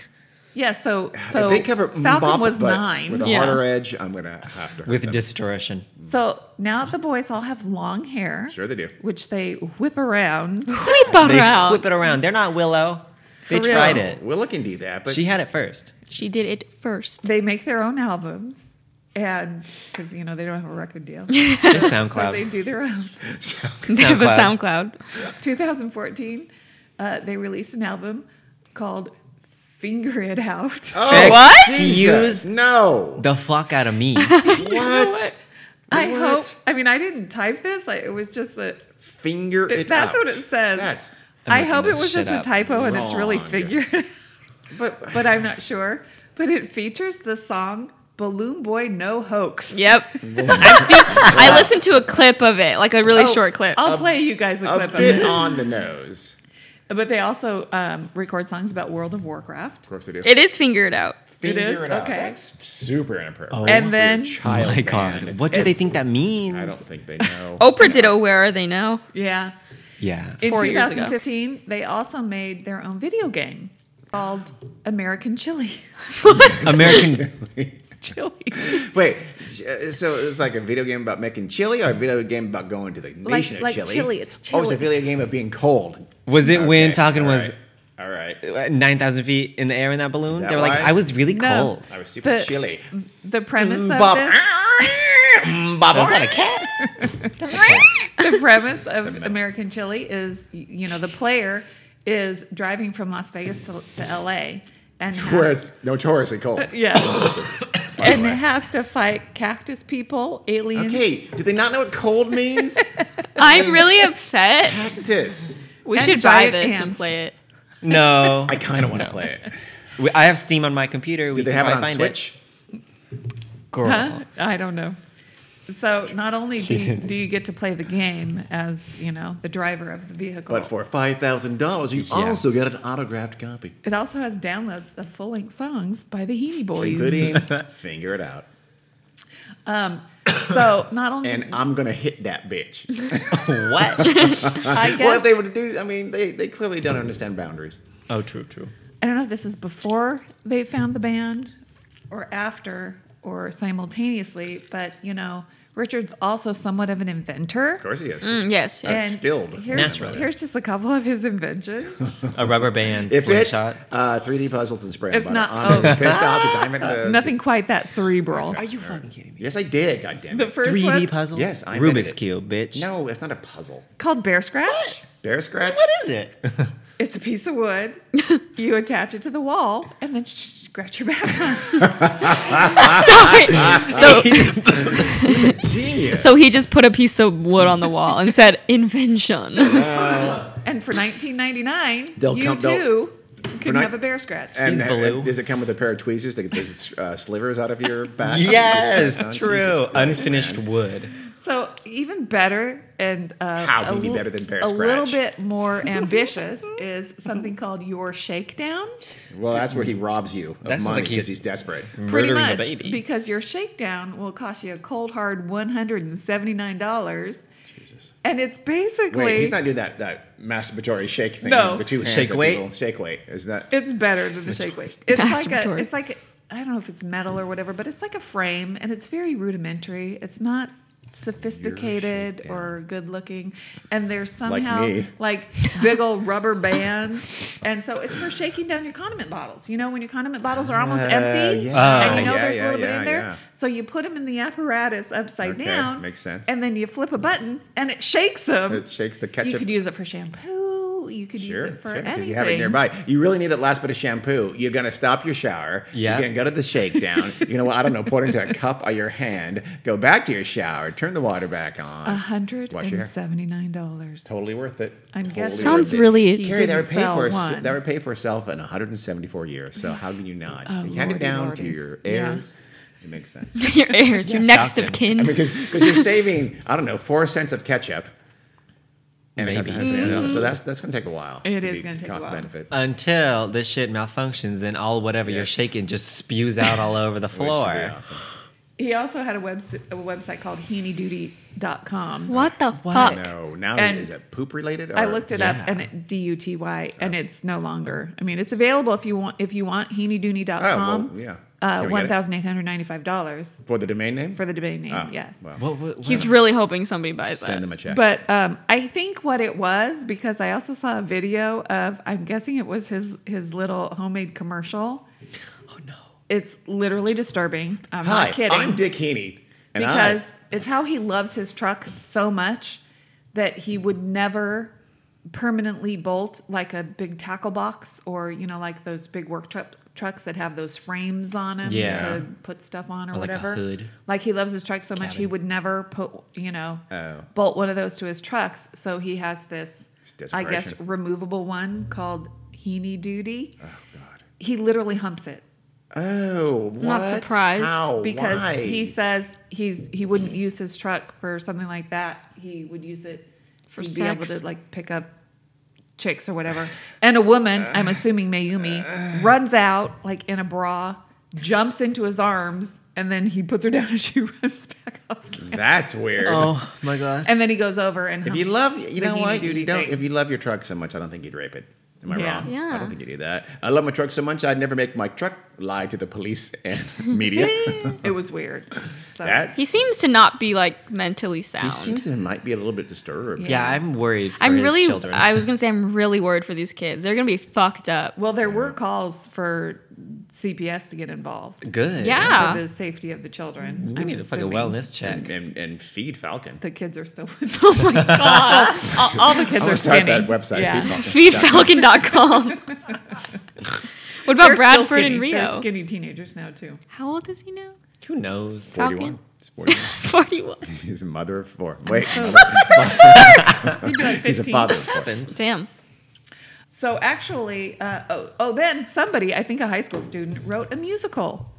S3: Yeah, so
S1: If
S3: so
S1: they cover
S3: Falcon
S1: Mbop,
S3: was
S1: but
S3: nine.
S1: With a
S2: Yeah.
S1: harder edge, I'm gonna have to hurt
S4: With
S1: them.
S4: distortion.
S3: so now the boys all have long hair,
S1: Sure they do.
S3: which they whip around.
S2: Whip
S4: They
S2: around.
S4: whip it around. They're not Willow. They
S1: Real.
S4: tried it.
S1: We'll look into that, but
S4: She had it first.
S2: She did it first.
S3: they make their own albums, and because you know they don't have a record deal,
S4: Just
S3: so they
S4: SoundCloud.
S3: do their own.
S2: They have a
S4: SoundCloud.
S2: SoundCloud.
S3: 2014, uh, they released an album called "Finger It Out."
S1: oh,
S2: What?
S1: Jesus,
S4: Use-
S1: no.
S4: the fuck out of me. Oh
S1: What?
S3: I
S1: What?
S3: hope. I mean, I didn't type this. Like, it was just a
S1: Finger
S3: It-
S1: it.
S3: that's
S1: out.
S3: what it says.
S1: That's.
S4: I'm
S3: I
S4: looking
S3: hope it
S4: this
S3: was
S4: shit
S3: just a
S4: up.
S3: typo and it's really
S1: Wrong.
S3: figured,
S1: But,
S3: but I'm not sure. But it features the song Balloon Boy No Hoax.
S2: Yep. I've seen, I listened to a clip of it, like a really
S3: Oh,
S2: short clip.
S3: I'll play you guys a,
S1: a
S3: clip of it.
S1: bit on the nose.
S3: But they also um, record songs about World of Warcraft.
S1: Of course they do.
S2: It is fingered out.
S1: Finger
S3: is?
S1: out.
S3: Okay.
S1: That's super inappropriate.
S4: Oh.
S3: And
S1: for a
S3: then-
S1: child
S4: my god.
S1: band.
S4: What do they think that means?
S1: I don't think they know.
S2: Oprah did Oh Where Are They Now?
S3: Yeah.
S4: Yeah.
S3: In
S2: Four years ago.
S3: 2015, they also made their own video game called American Chili.
S4: American
S3: Chili.
S1: Wait, uh, so it was like a video game about making chili, or a video game about going to the nation of
S5: like
S1: chili?
S5: chili, it's
S1: Oh, it's a
S5: chili.
S1: video game of being cold.
S4: was it when
S1: Okay,
S4: Falcon
S1: all
S4: was
S1: right, All right,
S4: at 9,000 feet in the air in that balloon?
S1: that
S4: they were like,
S1: why?
S4: I was really
S3: No.
S4: cold.
S1: I was super
S3: The-
S1: chilly. Mmm,
S3: The premise of
S1: Bob,
S3: this.
S1: Bob,
S4: That's not a cat.
S3: the premise of
S1: metal.
S3: American Chili is, y- you know, the player is driving from Las Vegas to, to LA and has,
S1: where it's notoriously cold.
S3: yeah,
S1: by the
S3: and
S1: way.
S3: it has to fight cactus people, aliens.
S1: Okay, do they not know what cold means?
S2: I'm really upset.
S1: Cactus.
S2: We
S3: And
S2: should buy
S3: giant
S2: this and
S3: ants.
S2: play it.
S4: No.
S1: I kind of want to play it.
S4: We- I have Steam on my computer. we
S1: Do they
S4: can
S1: have it on
S4: probably find
S1: Switch?
S4: Girl.
S3: Huh? I don't know. So not only do you, do you get to play the game as you know the driver of the vehicle,
S1: But for five thousand dollars, you also get an autographed copy,
S3: it also has downloads of full length songs by the Heaney Boys.
S1: including "Finger It Out."
S3: Um, So not only
S1: And I'm gonna hit that bitch.
S4: What?
S3: I guess
S1: Well, if they would do, I mean, they, they clearly don't understand boundaries.
S4: oh, true, true.
S3: I don't know if this is before they found the band or after or simultaneously, but you know, Richard's also somewhat of an inventor.
S1: Of course he is.
S2: Mm, yes, yes.
S1: That's skilled.
S3: Here's,
S4: Naturally.
S3: here's just a couple of his inventions.
S4: A rubber band
S1: If it's
S4: slingshot.
S1: uh, 3D puzzles and spray,
S3: It's
S1: butter,
S3: not-
S1: I'm
S3: oh.
S1: pissed off because I'm at the
S3: Nothing quite that cerebral.
S4: Are you fucking kidding me?
S1: Yes, I did. God damn
S3: The
S1: it.
S3: first
S4: 3D
S3: one
S4: puzzles?
S1: Yes, I invented
S4: Rubik's
S1: it.
S4: Cube, bitch.
S1: No, it's not a puzzle.
S3: called Bear Scratch.
S1: Bear scratch.
S4: What is it?
S3: It's a piece of wood. You attach it to the wall and then sh- scratch your back. on it.
S2: Sorry. So,
S1: Genius.
S2: so he just put a piece of wood on the wall and said, invention.
S3: And for 1999,
S1: They'll
S3: you
S1: come- they'll-
S3: too can
S1: ni-
S3: have a bear scratch.
S1: and,
S4: He's
S1: uh,
S4: blue.
S1: does it come with a pair of tweezers to get those uh, slivers out of your back?
S4: yes,
S1: Oh, Jesus
S4: true.
S1: Christ,
S4: Unfinished
S1: man.
S4: wood.
S3: So even better and uh,
S1: How
S3: a
S1: can you be
S3: lit-
S1: better than Bear
S3: A little
S1: Scratch?
S3: bit more ambitious is something called Your Shakedown.
S1: Well, that's where he robs you of
S4: Mm. That sounds
S1: money
S4: like
S1: because
S4: he's-
S1: he's, desperate.
S3: Pretty
S4: Murdering a
S3: much,
S4: baby.
S3: because your shakedown will cost you a cold hard one hundred and seventy nine dollars. And it's basically
S1: Wait, he's not doing that, that masturbatory shake thing.
S3: No.
S1: The two hands
S4: Shake
S1: that
S4: weight?
S1: people- Shake weight. Is that?
S3: it's better than the shake weight. It's like a
S2: Masturbatory.
S3: it's like a, I don't know if it's metal or whatever, but it's like a frame and it's very rudimentary. It's not sophisticated
S1: down.
S3: or good looking, and they're somehow
S1: me.
S3: like big old rubber bands. And so it's for shaking down your condiment bottles. You know, when your condiment bottles are almost
S1: Uh,
S3: empty
S1: yeah.
S3: and you know
S1: Oh, yeah,
S3: there's a
S1: yeah,
S3: little bit
S1: yeah,
S3: in there.
S1: yeah.
S3: So you put them in the apparatus upside
S1: Okay,
S3: down.
S1: makes sense.
S3: And then you flip a button and it shakes them.
S1: It shakes the
S3: You
S1: ketchup.
S3: could use it for shampoo. You could
S1: Sure,
S3: use it for
S1: sure, 'cause
S3: anything.
S1: you have it nearby. You really need that last bit of shampoo. You're gonna stop your shower.
S4: Yeah.
S1: You're gonna go to the shakedown. you're gonna, I don't know, pour it into a cup of your hand. Go back to your shower. Turn the water back on.
S3: hundred
S1: Wash your
S3: and
S1: hair.
S3: seventy-nine dollars.
S1: Totally worth it.
S3: I'm
S1: totally
S3: guessing-
S1: worth
S2: Sounds
S1: it.
S2: really- He
S1: Carrie, that
S3: didn't
S1: would pay
S3: sell
S1: for us-
S3: one.
S1: that would pay for herself in 174 years. So how can you not?
S3: Oh,
S1: you hand
S3: lordy,
S1: it down to
S3: lordy.
S1: your
S3: Yeah.
S1: heirs. It makes sense.
S2: your heirs, your next of kin.
S4: Falcon.
S1: I mean, because you're saving, I don't know, four cents of ketchup. And it
S4: Maybe.
S1: doesn't have to say- So that's that's gonna take a while.
S3: It
S1: to
S3: is
S1: be
S3: gonna take a
S1: cost
S3: while.
S1: benefit.
S4: until this shit malfunctions and all whatever you're
S1: Yes.
S4: shaking just spews out all over the
S1: which would be
S4: floor.
S1: awesome.
S3: He also had a website, a website called HeeneyDuty.com.
S2: what the
S4: What?
S2: fuck?
S1: No, now
S3: And
S1: is it poop related?
S3: I
S1: or-
S3: looked it
S4: Yeah.
S3: up and it D U T Y and it's no longer. I mean, it's available if you want. If you want
S1: Oh, well,
S3: HeeneyDuty.com,
S1: yeah. Can
S3: uh,
S1: we get it?
S3: one thousand eight hundred ninety-five dollars
S1: for the domain name.
S3: for the domain name.
S1: Oh,
S3: yes,
S1: well,
S4: What, what, what-
S2: He's really hoping somebody buys
S1: send
S2: that.
S1: them a check.
S3: but um, I think what it was because I also saw a video of. I'm guessing it was his his little homemade commercial.
S4: oh no.
S3: It's literally disturbing. I'm
S1: Hi,
S3: not kidding.
S1: I'm Dick Heaney, and I-
S3: because it's how he loves his truck so much that he would never permanently bolt like a big tackle box or you know like those big work truck trucks that have those frames on them
S4: Yeah.
S3: to put stuff on or,
S4: Or like a
S3: whatever
S4: hood.
S3: like he loves his truck so much he
S4: Cabin.
S3: would never put you know
S1: Oh.
S3: bolt one of those to his trucks so he has this
S1: It's
S3: i guess
S1: desperation.
S3: removable one called heeny duty
S1: oh god,
S3: he literally humps it
S1: oh, what?
S2: not surprised
S1: How?
S3: because
S1: Why?
S3: he says he's he wouldn't use his truck for something like that. He would use it
S2: For
S3: he'd be able
S2: sex.
S3: to like pick up chicks or whatever. And a woman, I'm assuming Mayumi, runs out like in a bra, jumps into his arms, and then he puts her down and she runs back off. camera.
S1: that's weird.
S4: Oh my god.
S3: And then he goes over and
S1: if you
S3: humps
S1: love, you
S3: the
S1: know what?
S3: heeny-doody
S1: You don't.
S3: thing.
S1: If you love your truck so much, I don't think you'd rape it. Am I
S3: Yeah.
S1: wrong? I
S2: Yeah.
S1: don't think you'd do that. I love my truck so much, I'd never make my truck lie to the police and media.
S3: it was weird. So
S1: that
S2: He seems to not be like mentally sound.
S1: he seems it might be a little bit disturbed.
S4: yeah, I'm worried for
S2: I'm
S4: his
S2: really.
S4: children.
S2: I was gonna say I'm really worried for these kids. They're gonna be fucked up.
S3: well, there were calls for CPS to get involved.
S4: Good.
S2: Yeah.
S3: For the safety of the children.
S4: We
S3: I'm
S4: need a fucking
S3: assuming.
S4: wellness check.
S1: And and feed Falcon.
S3: the kids are still
S2: Oh my god.
S3: all, all the
S1: I'm
S3: kids are
S1: gonna start
S3: skinny.
S1: that website. Feed Falcon.
S2: E Feedfalcon.com. what about
S3: They're still
S2: Bradford
S3: skinny.
S2: and
S3: They're
S2: Rio?
S3: skinny teenagers now too.
S2: How old is he now?
S4: Who knows?
S1: 41.
S2: Falcon.
S1: It's 41.
S2: 41.
S1: He's a mother of four. Wait,
S3: He'd be like
S1: he's a
S3: 15.
S1: father of four.
S2: Damn.
S3: So actually, uh, oh, oh, then somebody, I think a high school student, wrote a musical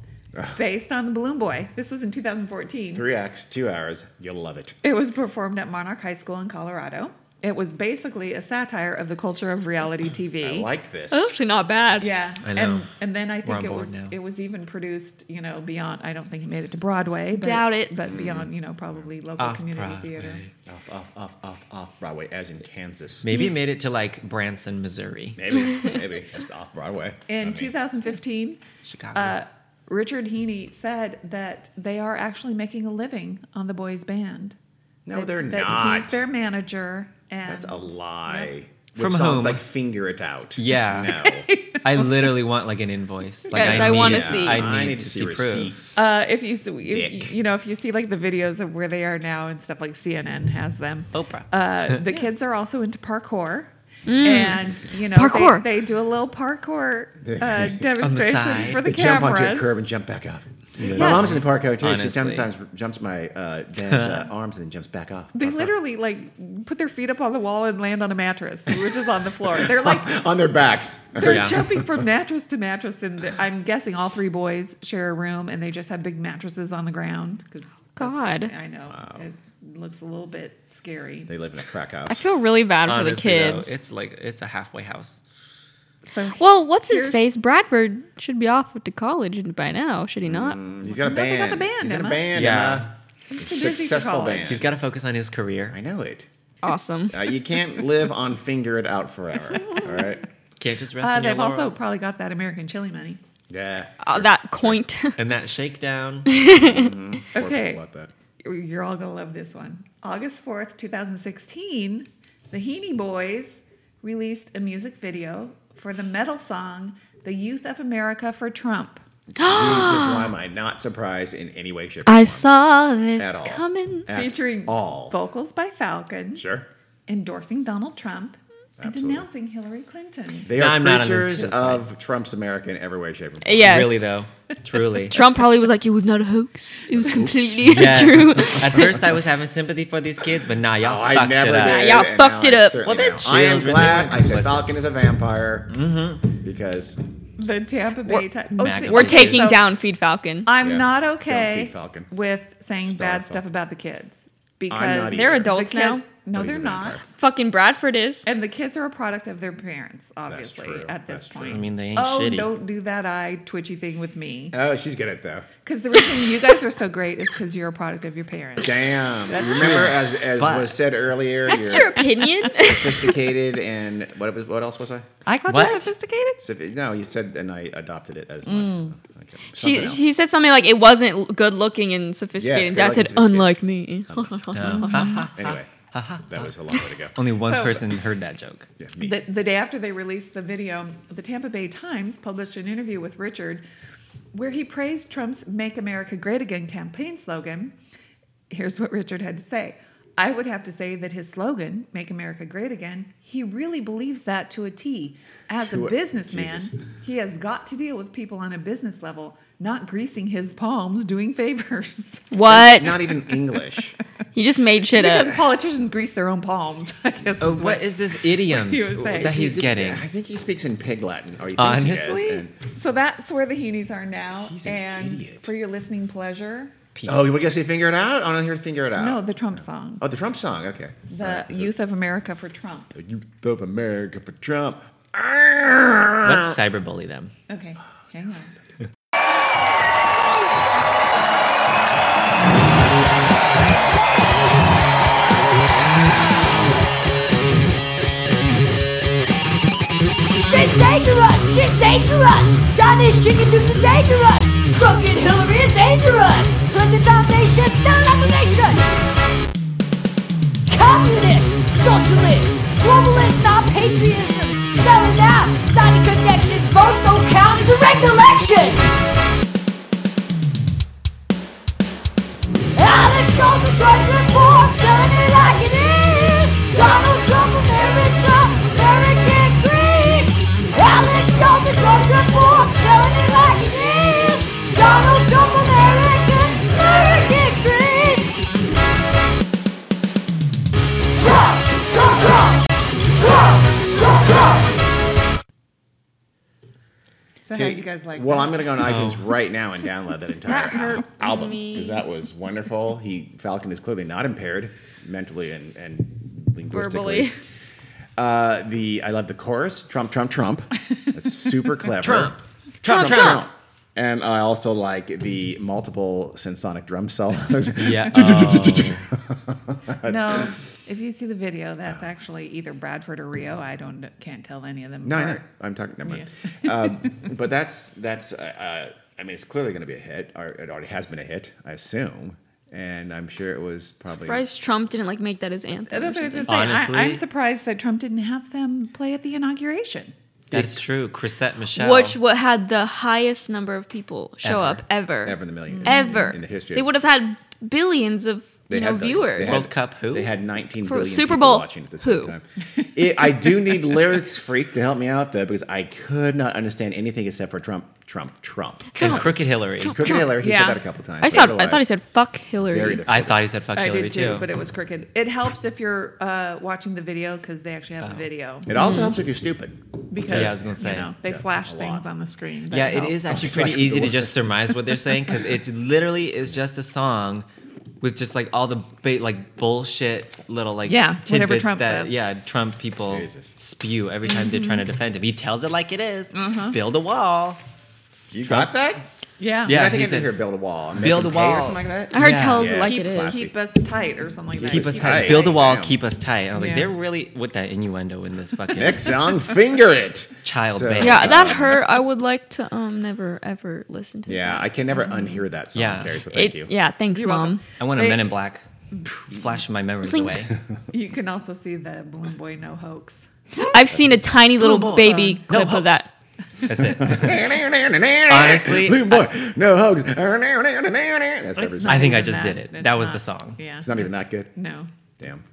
S3: based on the Balloon Boy. This was in 2014.
S1: Three acts, two hours. You'll love it.
S3: It was performed at Monarch High School in Colorado. It was basically a satire of the culture of
S1: I
S3: reality TV.
S1: like this.
S2: That's actually not bad.
S3: Yeah,
S4: I know.
S3: and and then I
S4: on
S3: think it
S4: board
S3: was
S4: now.
S3: it was even produced, you know, beyond. I don't think it made it to Broadway. But,
S2: Doubt it.
S3: but beyond, you know, probably local
S4: Off
S3: community
S4: Broadway.
S3: theater.
S1: Off, off, off, off, off Broadway, as in Kansas.
S4: Maybe it made it to like Branson, Missouri,
S1: Maybe, maybe. That's off Broadway.
S3: In
S1: I mean,
S3: 2015,
S4: Chicago.
S3: uh, Richard Heaney said that they are actually making a living on the boys' band.
S1: No,
S3: That-
S1: they're
S3: that
S1: not.
S3: He's their manager, and
S1: That's a lie. With
S4: From
S1: songs
S4: whom?
S1: like Finger It Out.
S4: yeah.
S1: No.
S4: I literally want like an invoice. Like
S2: Yes, I wanna see.
S4: I
S1: I
S4: need,
S1: need
S4: to,
S1: to
S4: see,
S1: see
S4: proof.
S1: receipts.
S3: Uh, if you see,
S1: Dick.
S3: if, you know, if you see like the videos of where they are now and stuff, like CNN has them.
S4: Oprah.
S3: Uh, the kids are also into parkour. And you know,
S2: Parkour.
S3: They, they do a little parkour uh,
S4: side.
S3: demonstration for the
S1: they jump onto a
S3: cameras.
S1: curb and jump back off. My mom's in the park too. She
S4: Honestly.
S1: sometimes jumps my uh, dad's uh, arms and then jumps back off.
S3: They literally like put their feet up on the wall and land on a mattress, which is on the floor. They're like
S1: on their backs.
S3: they're
S4: Yeah.
S3: jumping from mattress to mattress, and the- I'm guessing all three boys share a room, and they just have big mattresses on the ground. 'cause
S2: God.
S3: I know it looks a little bit scary.
S1: They live in a crack
S2: I
S1: house.
S2: feel really bad for the
S4: Honestly, though,
S2: kids.
S4: it's like it's a halfway house.
S3: So
S2: well, what's his
S3: Here's-
S2: face? Bradford should be off to college by now, should he not?
S1: He's got a
S3: they got
S1: band.
S3: the band,
S1: He's in a
S3: Emma.
S1: band.
S4: Yeah.
S1: Emma.
S3: he's too busy for
S1: Successful
S3: college.
S1: band.
S4: He's got to focus on his career.
S1: I know it.
S2: Awesome.
S1: Uh, you can't live on finger it out forever. All right.
S4: Can't just rest
S3: Uh,
S4: in your
S3: they've also
S4: laurels.
S3: probably got that American chili money.
S1: Yeah.
S2: Uh, that coint.
S4: and that shakedown.
S1: Poor
S3: Okay.
S1: people like that.
S3: You're all going to love this one. August 4th, 2016, the Heaney Boys released a music video for the metal song The Youth of America for Trump.
S1: this is why am I not surprised in any way, shape, or
S2: I saw this
S1: At all.
S2: coming.
S1: At
S3: featuring
S1: all.
S3: Vocals by Falcon,
S1: Sure.
S3: endorsing Donald Trump,
S1: Absolutely.
S3: and denouncing Hillary Clinton.
S1: They
S4: No,
S1: are
S4: I'm not on the
S1: creatures
S4: Trump side.
S1: of Trump's America in every way, shape, or form.
S2: Yes.
S4: Really though, truly.
S2: Trump probably was like, it was not a hoax. It was completely
S4: Yes.
S2: true.
S4: At first, I was having sympathy for these kids, but nah,
S1: Oh,
S4: y'all
S1: I
S4: fucked
S1: never
S4: it up.
S1: did.
S2: y'all
S1: and
S2: fucked
S1: now
S2: it
S1: I
S2: up.
S1: certainly
S4: Well, they're Mm-hmm.
S1: don't. I am
S4: children, they
S1: glad
S4: weren't
S1: I said
S4: complicit.
S1: Falcon is a vampire because
S3: The Tampa Bay Ti- oh,
S4: MAGA
S3: see-
S4: people.
S2: We're taking
S3: so
S2: down Feed Falcon.
S3: I'm
S1: Yeah.
S3: not
S1: Don't
S3: okay
S1: feed Falcon.
S3: with saying bad stuff about the kids because
S1: not
S3: the
S2: They're
S1: either.
S2: adults
S3: kid-
S2: now.
S3: No,
S1: But he's
S3: they're
S1: a
S3: not.
S1: vampire.
S2: Fucking Bradford is.
S3: And the kids are a product of their parents, obviously,
S1: true.
S3: at this
S1: That's true.
S3: point.
S4: I mean, they ain't
S3: oh,
S4: shitty.
S3: don't do that eye twitchy thing with me.
S1: oh, she's good at though.
S3: Because the reason you guys are so great is because you're a product of your parents.
S1: Damn. Remember, as as
S4: But-
S1: was said earlier,
S2: That's
S1: you're
S2: your opinion.
S1: sophisticated and what was what else was I?
S3: I got
S4: What?
S3: you sophisticated.
S1: Sophi- no, you said, and I adopted it as mine. Okay. Something
S2: Mm. she
S1: else.
S2: she said something like it wasn't good looking and sophisticated.
S1: Yes,
S2: and Dad
S1: good-looking,
S2: said, unlike me.
S1: anyway, that was a long way to go.
S4: Only one
S3: So-
S4: person heard that joke.
S1: Yeah, me.
S3: The, the day after they released the video, the Tampa Bay Times published an interview with Richard where he praised Trump's Make America Great Again campaign slogan. Here's what Richard had to say I would have to say that his slogan, Make America Great Again, he really believes that to a T. As
S1: To
S3: a
S1: a-
S3: businessman,
S1: Jesus.
S3: he has got to deal with people on a business level, not greasing his palms doing favors.
S2: What?
S1: Not even English.
S2: you just made shit
S3: because
S2: up.
S3: politicians grease their own palms, I guess.
S4: Oh,
S3: is
S4: what is this idiom
S3: he was saying.
S4: that he's getting?
S1: I think he speaks in pig Latin. Or he thinks He
S4: Honestly?
S1: does, and-
S3: So that's where the Heenies are now.
S1: He's an
S3: and
S1: idiot.
S3: for your listening pleasure,
S1: oh, we're gonna say figure it out. I'm not here to figure it out.
S3: no, the Trump song,
S1: Oh, the Trump song. Okay.
S3: The
S1: All right, so-
S3: Youth of America for Trump.
S1: The Youth of America for Trump.
S4: Let's
S1: Uh,
S4: cyberbully them.
S3: Okay, hang on.
S9: She's dangerous! She's dangerous! Donnie's chicken noodles are dangerous! Crooked Hillary is dangerous! Clinton Foundation, sound out the nation! Communist, socialist, globalist, non-patriotism, sell it out, signing connections, votes don't count, it's a regulation! Ah, let's go to Detroit Report, telling it like it is! Donald Trump, America, American dream! Ah, let's go to Detroit Report, telling it like it is! Donald Trump, American, American dream! Trump, Trump, Trump! Trump, Trump, Trump!
S3: So how did you guys like
S1: Well,
S3: that?
S1: I'm gonna go on iTunes right now and download that entire
S2: That hurt
S1: al- album
S2: me.
S1: because that was wonderful. He Falcon is clearly not impaired mentally and and linguistically.
S2: Verbally.
S1: Uh, the I love the chorus. Trump, Trump, Trump. That's super clever.
S4: Trump.
S1: Trump,
S4: Trump.
S1: And I also like the multiple synsonic drum solos.
S4: Yeah. oh.
S3: no, if you see the video,
S1: Oh.
S3: that's actually either Bradford or Rio. I don't can't tell any of them.
S1: No, I know.
S4: Oh.
S3: apart.
S1: I'm talking. Never mind. um, but that's that's. Uh, uh, I mean, it's clearly going to be a hit. Or it already has been a hit, I assume. And I'm sure it was probably.
S2: Surprised Trump didn't like make that his anthem.
S3: That's what I was gonna say.
S4: Honestly-
S3: I, I'm surprised that Trump didn't have them play at the inauguration.
S4: That's true. Chrisette Michelle.
S2: Which what had the highest number of people show
S4: Ever.
S2: up ever. Mm-hmm.
S1: Ever in the million.
S2: Ever.
S1: In the history.
S2: They would have had billions of
S1: They
S2: you know
S1: had the-
S2: viewers.
S1: they had-
S4: World Cup who?
S1: They had 19
S2: For
S1: billion
S2: Super
S1: people
S2: Bowl
S1: watching at the
S2: who?
S1: same time. It, I do need lyrics freak to help me out though because I could not understand anything except for Trump, Trump, Trump.
S4: and
S2: Trump.
S4: Crooked Hillary.
S2: Trump.
S1: Crooked Hillary. He
S3: Yeah.
S1: said that a couple times.
S2: I
S1: but
S2: saw. I thought he
S1: otherwise,
S2: said "fuck
S1: very
S2: Hillary."
S1: different.
S4: I thought he said fuck Hillary
S3: I did too,
S4: too.
S3: but it was crooked. It helps if you're uh, watching the video because they actually have the video.
S1: It also helps if you're stupid.
S3: Because
S4: Yeah, Oh. I was gonna say.
S3: you know, they
S1: Yes,
S3: flash
S1: a lot.
S3: things on the screen. That
S4: yeah, it
S3: helps.
S4: is actually pretty
S1: Exactly.
S4: easy to just surmise what they're saying because it literally is just a song with just like all the ba- like bullshit little like
S3: Yeah,
S4: tidbits
S3: whatever Trump
S4: that
S3: says. Mm-hmm.
S4: yeah Trump people
S1: Jesus.
S4: spew every time they're trying to defend him. He tells it like it is. Build a wall.
S1: You got that?
S3: Yeah.
S1: Yeah,
S4: Yeah,
S1: I think
S4: he
S1: I did
S4: said-
S1: hear build a wall, and make
S4: Build
S1: them
S4: a
S1: pay or
S4: wall.
S1: something like that.
S2: I heard
S4: Yeah.
S2: tells it
S1: Yeah,
S2: like
S1: keep
S2: it is.
S1: classy.
S3: Keep us tight or something like
S4: keep
S3: that.
S4: us
S1: Keep
S4: tight.
S1: tight.
S4: Build a wall,
S1: Damn.
S4: keep us tight. And I was like,
S3: Yeah.
S4: they're really with that innuendo in this fucking
S1: Next song, finger it.
S4: child
S1: So-
S4: band.
S2: Yeah, that hurt. I would like to um never ever listen to.
S1: Yeah,
S2: that.
S1: I can never unhear that song,
S4: Yeah.
S1: Carrie. So thank
S2: It's,
S1: you.
S2: yeah, thanks,
S3: You're
S2: mom.
S3: welcome.
S4: I want a
S3: They-
S4: Men in Black. Flash my memories
S2: Blink.
S4: away.
S3: You can also see the Balloon Boy No Hoax.
S2: I've seen a tiny little
S4: boy.
S2: baby
S4: No
S2: clip of that.
S4: That's it.
S1: Honestly, Blue boy, no hugs. That's every
S3: It's
S1: song.
S3: not
S4: I think I
S3: even
S4: just
S3: that.
S4: did it.
S3: It's
S4: That was
S3: not-
S4: the song.
S3: Yeah.
S1: It's not even that good.
S3: No.
S1: Damn.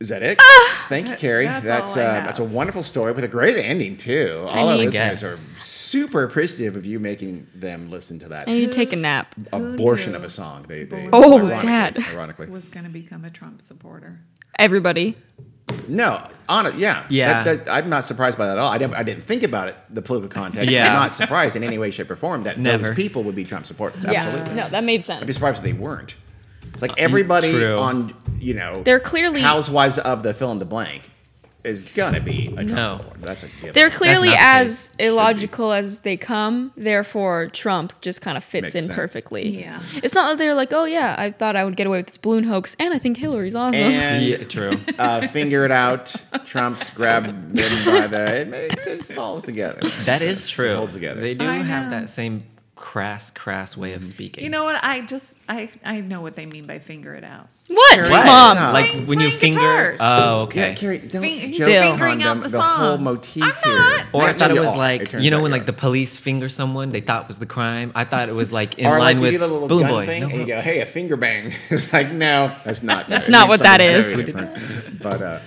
S1: Is that it?
S2: Ah.
S1: Thank you, Carrie.
S3: that's
S1: That's
S3: all I
S1: uh,
S3: have.
S1: that's a wonderful story with a great ending too. All our
S2: need-
S1: listeners
S4: Yes.
S1: are super appreciative of you making them listen to that
S2: I need to take a nap.
S1: abortion of a song. They, they
S2: Oh,
S1: ironically-
S2: Dad.
S1: Ironically,
S3: Was going to become a Trump supporter.
S2: Everybody.
S1: no, on it, yeah,
S4: Yeah.
S1: That, that, I'm not surprised by that at all. I didn't, I didn't think about it. The political context.
S4: Yeah.
S1: I'm not surprised in any way, shape, or form that
S4: Never.
S1: those people would be Trump supporters.
S2: Yeah.
S1: Absolutely.
S2: No, that made
S1: I'd be
S2: sense.
S1: surprised if they weren't. It's like everybody
S4: true.
S1: on you know
S2: They're clearly-
S1: housewives of the fill in the blank is gonna be a Trump
S4: No.
S1: supporter. That's a given.
S2: They're clearly
S4: not the
S2: as
S4: case.
S2: illogical as they come. Therefore, Trump just kind of fits
S1: Makes
S2: in
S1: sense.
S2: perfectly.
S3: Yeah.
S2: It's not that they're like, oh yeah, I thought I would get away with this balloon hoax, and I think Hillary's awesome.
S1: and
S4: Yeah, true.
S1: uh, figure it out. Trump's grab them by the. It makes it falls together.
S4: That is true.
S1: holds together.
S4: They do
S3: I
S4: have
S3: know.
S4: that same crass, crass way of speaking.
S3: You know what? I just, I, I know what they mean by finger it out.
S2: what,
S1: What?
S2: mom?
S1: Stop.
S4: like
S3: Playing-
S4: when you
S3: playing
S4: finger.
S3: guitars.
S4: Oh, okay.
S1: Yeah, Carrie, don't
S3: Fing- he's
S1: joke on
S3: fingering out
S1: them,
S3: the
S1: the, whole
S3: song.
S1: motif
S3: I'm
S1: here.
S3: not.
S4: or I thought it was
S1: Yeah,
S4: like
S1: turns
S4: you know
S1: out
S4: when
S1: you
S4: like the police finger someone, they thought was the crime. I thought it was like in
S1: are. or like
S4: line
S1: you
S4: with
S1: do the little
S4: Balloon
S1: gun
S4: Boy.
S1: thing,
S4: No
S1: and you go,
S4: hooks.
S1: "Hey, a finger bang." It's like, no, that's not.
S2: That's
S1: It
S2: not
S1: means
S2: what that
S1: something
S2: is.
S1: very different. But uh,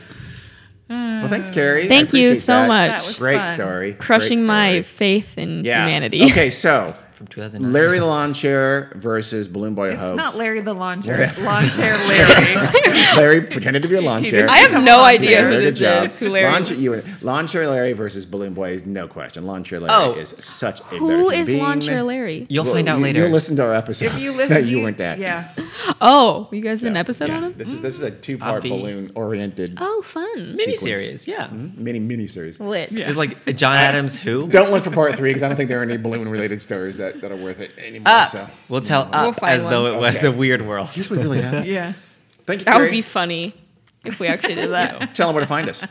S1: well, thanks, Carrie. I
S2: Thank you
S1: appreciate
S2: so
S1: that.
S2: much.
S3: That was
S1: Great
S3: fun.
S1: story.
S2: Crushing
S1: Great
S2: my
S1: story.
S2: faith in
S1: Yeah.
S2: humanity.
S1: Okay, so
S4: From 2009.
S1: Larry the Lawn Chair versus Balloon Boy
S3: It's
S1: Hoax.
S3: not Larry the lawn chair. it's lawn chair Larry.
S1: Larry pretended to be a lawn chair.
S2: I have no idea who
S1: Very
S2: this is. Who Larry?
S1: Lawn, chair, you were- lawn Chair Larry versus Balloon Boy is no question. Lawn Chair Larry
S4: Oh.
S1: is such a better
S2: Who
S1: human
S2: is Lawn
S1: being.
S2: Chair Larry?
S4: You'll
S1: Well,
S4: find out
S1: you-
S4: later.
S1: You'll listen to our episode.
S3: If you listen,
S1: that you
S3: to-
S1: weren't at.
S3: Yeah.
S2: Oh, you guys
S1: So,
S2: did an episode
S1: yeah.
S2: on him?
S1: This is this is a two part
S4: Obvi.
S1: balloon oriented
S2: Oh, fun.
S4: mini
S1: sequence.
S4: series. Yeah.
S1: mini mini series.
S2: Lit.
S4: It's like John Adams who.
S1: Don't look for part three because I don't think there are any balloon related stories that, that are worth it anymore.
S4: Up.
S1: So
S4: We'll tell
S2: We'll
S4: up
S2: find
S4: as though
S2: one.
S4: it was
S1: Okay.
S4: a weird world.
S1: I guess we really have.
S3: Yeah.
S1: Thank you.
S2: That
S1: Carrie.
S2: would be funny if we actually did that.
S1: Tell them where to find us.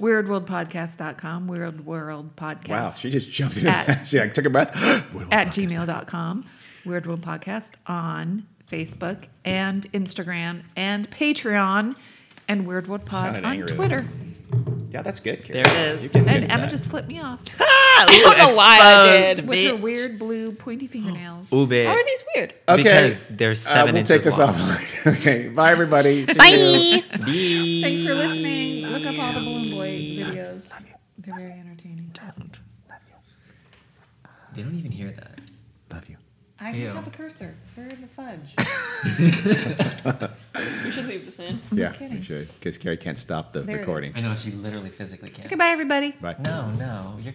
S3: WeirdWorldPodcast.com. Weird World Podcast.
S1: Wow, she just jumped in.
S3: At-
S1: she like, took a breath.
S3: at gmail.com, Weird World Podcast on Facebook and Instagram and Patreon and Weird World Pod
S1: Sounded
S3: on
S1: angry there.
S3: Twitter.
S1: yeah, that's good. Carrie.
S4: There it is.
S1: You can
S3: And
S1: get
S3: Emma
S1: that.
S3: just flipped me off
S2: I don't know why I did.
S3: with her weird blue pointy fingernails.
S4: Ube.
S2: How are these weird?
S1: okay.
S4: Because they're seven
S1: Uh, we'll take
S4: inches
S1: this
S4: long.
S1: off. okay. Bye, everybody. See you.
S2: Bye.
S3: Thanks for listening. Look up all the Balloon Boy videos. They're very entertaining.
S4: They don't even hear that.
S1: Love you.
S3: I
S4: Ew.
S3: don't have a cursor. Where the fudge?
S2: We should leave this in.
S1: Yeah,
S3: kidding.
S1: you should. Because Carrie can't stop the
S3: There it is.
S1: recording.
S4: I know she literally physically can't.
S3: Goodbye, everybody.
S1: Bye.
S4: No, no, you're.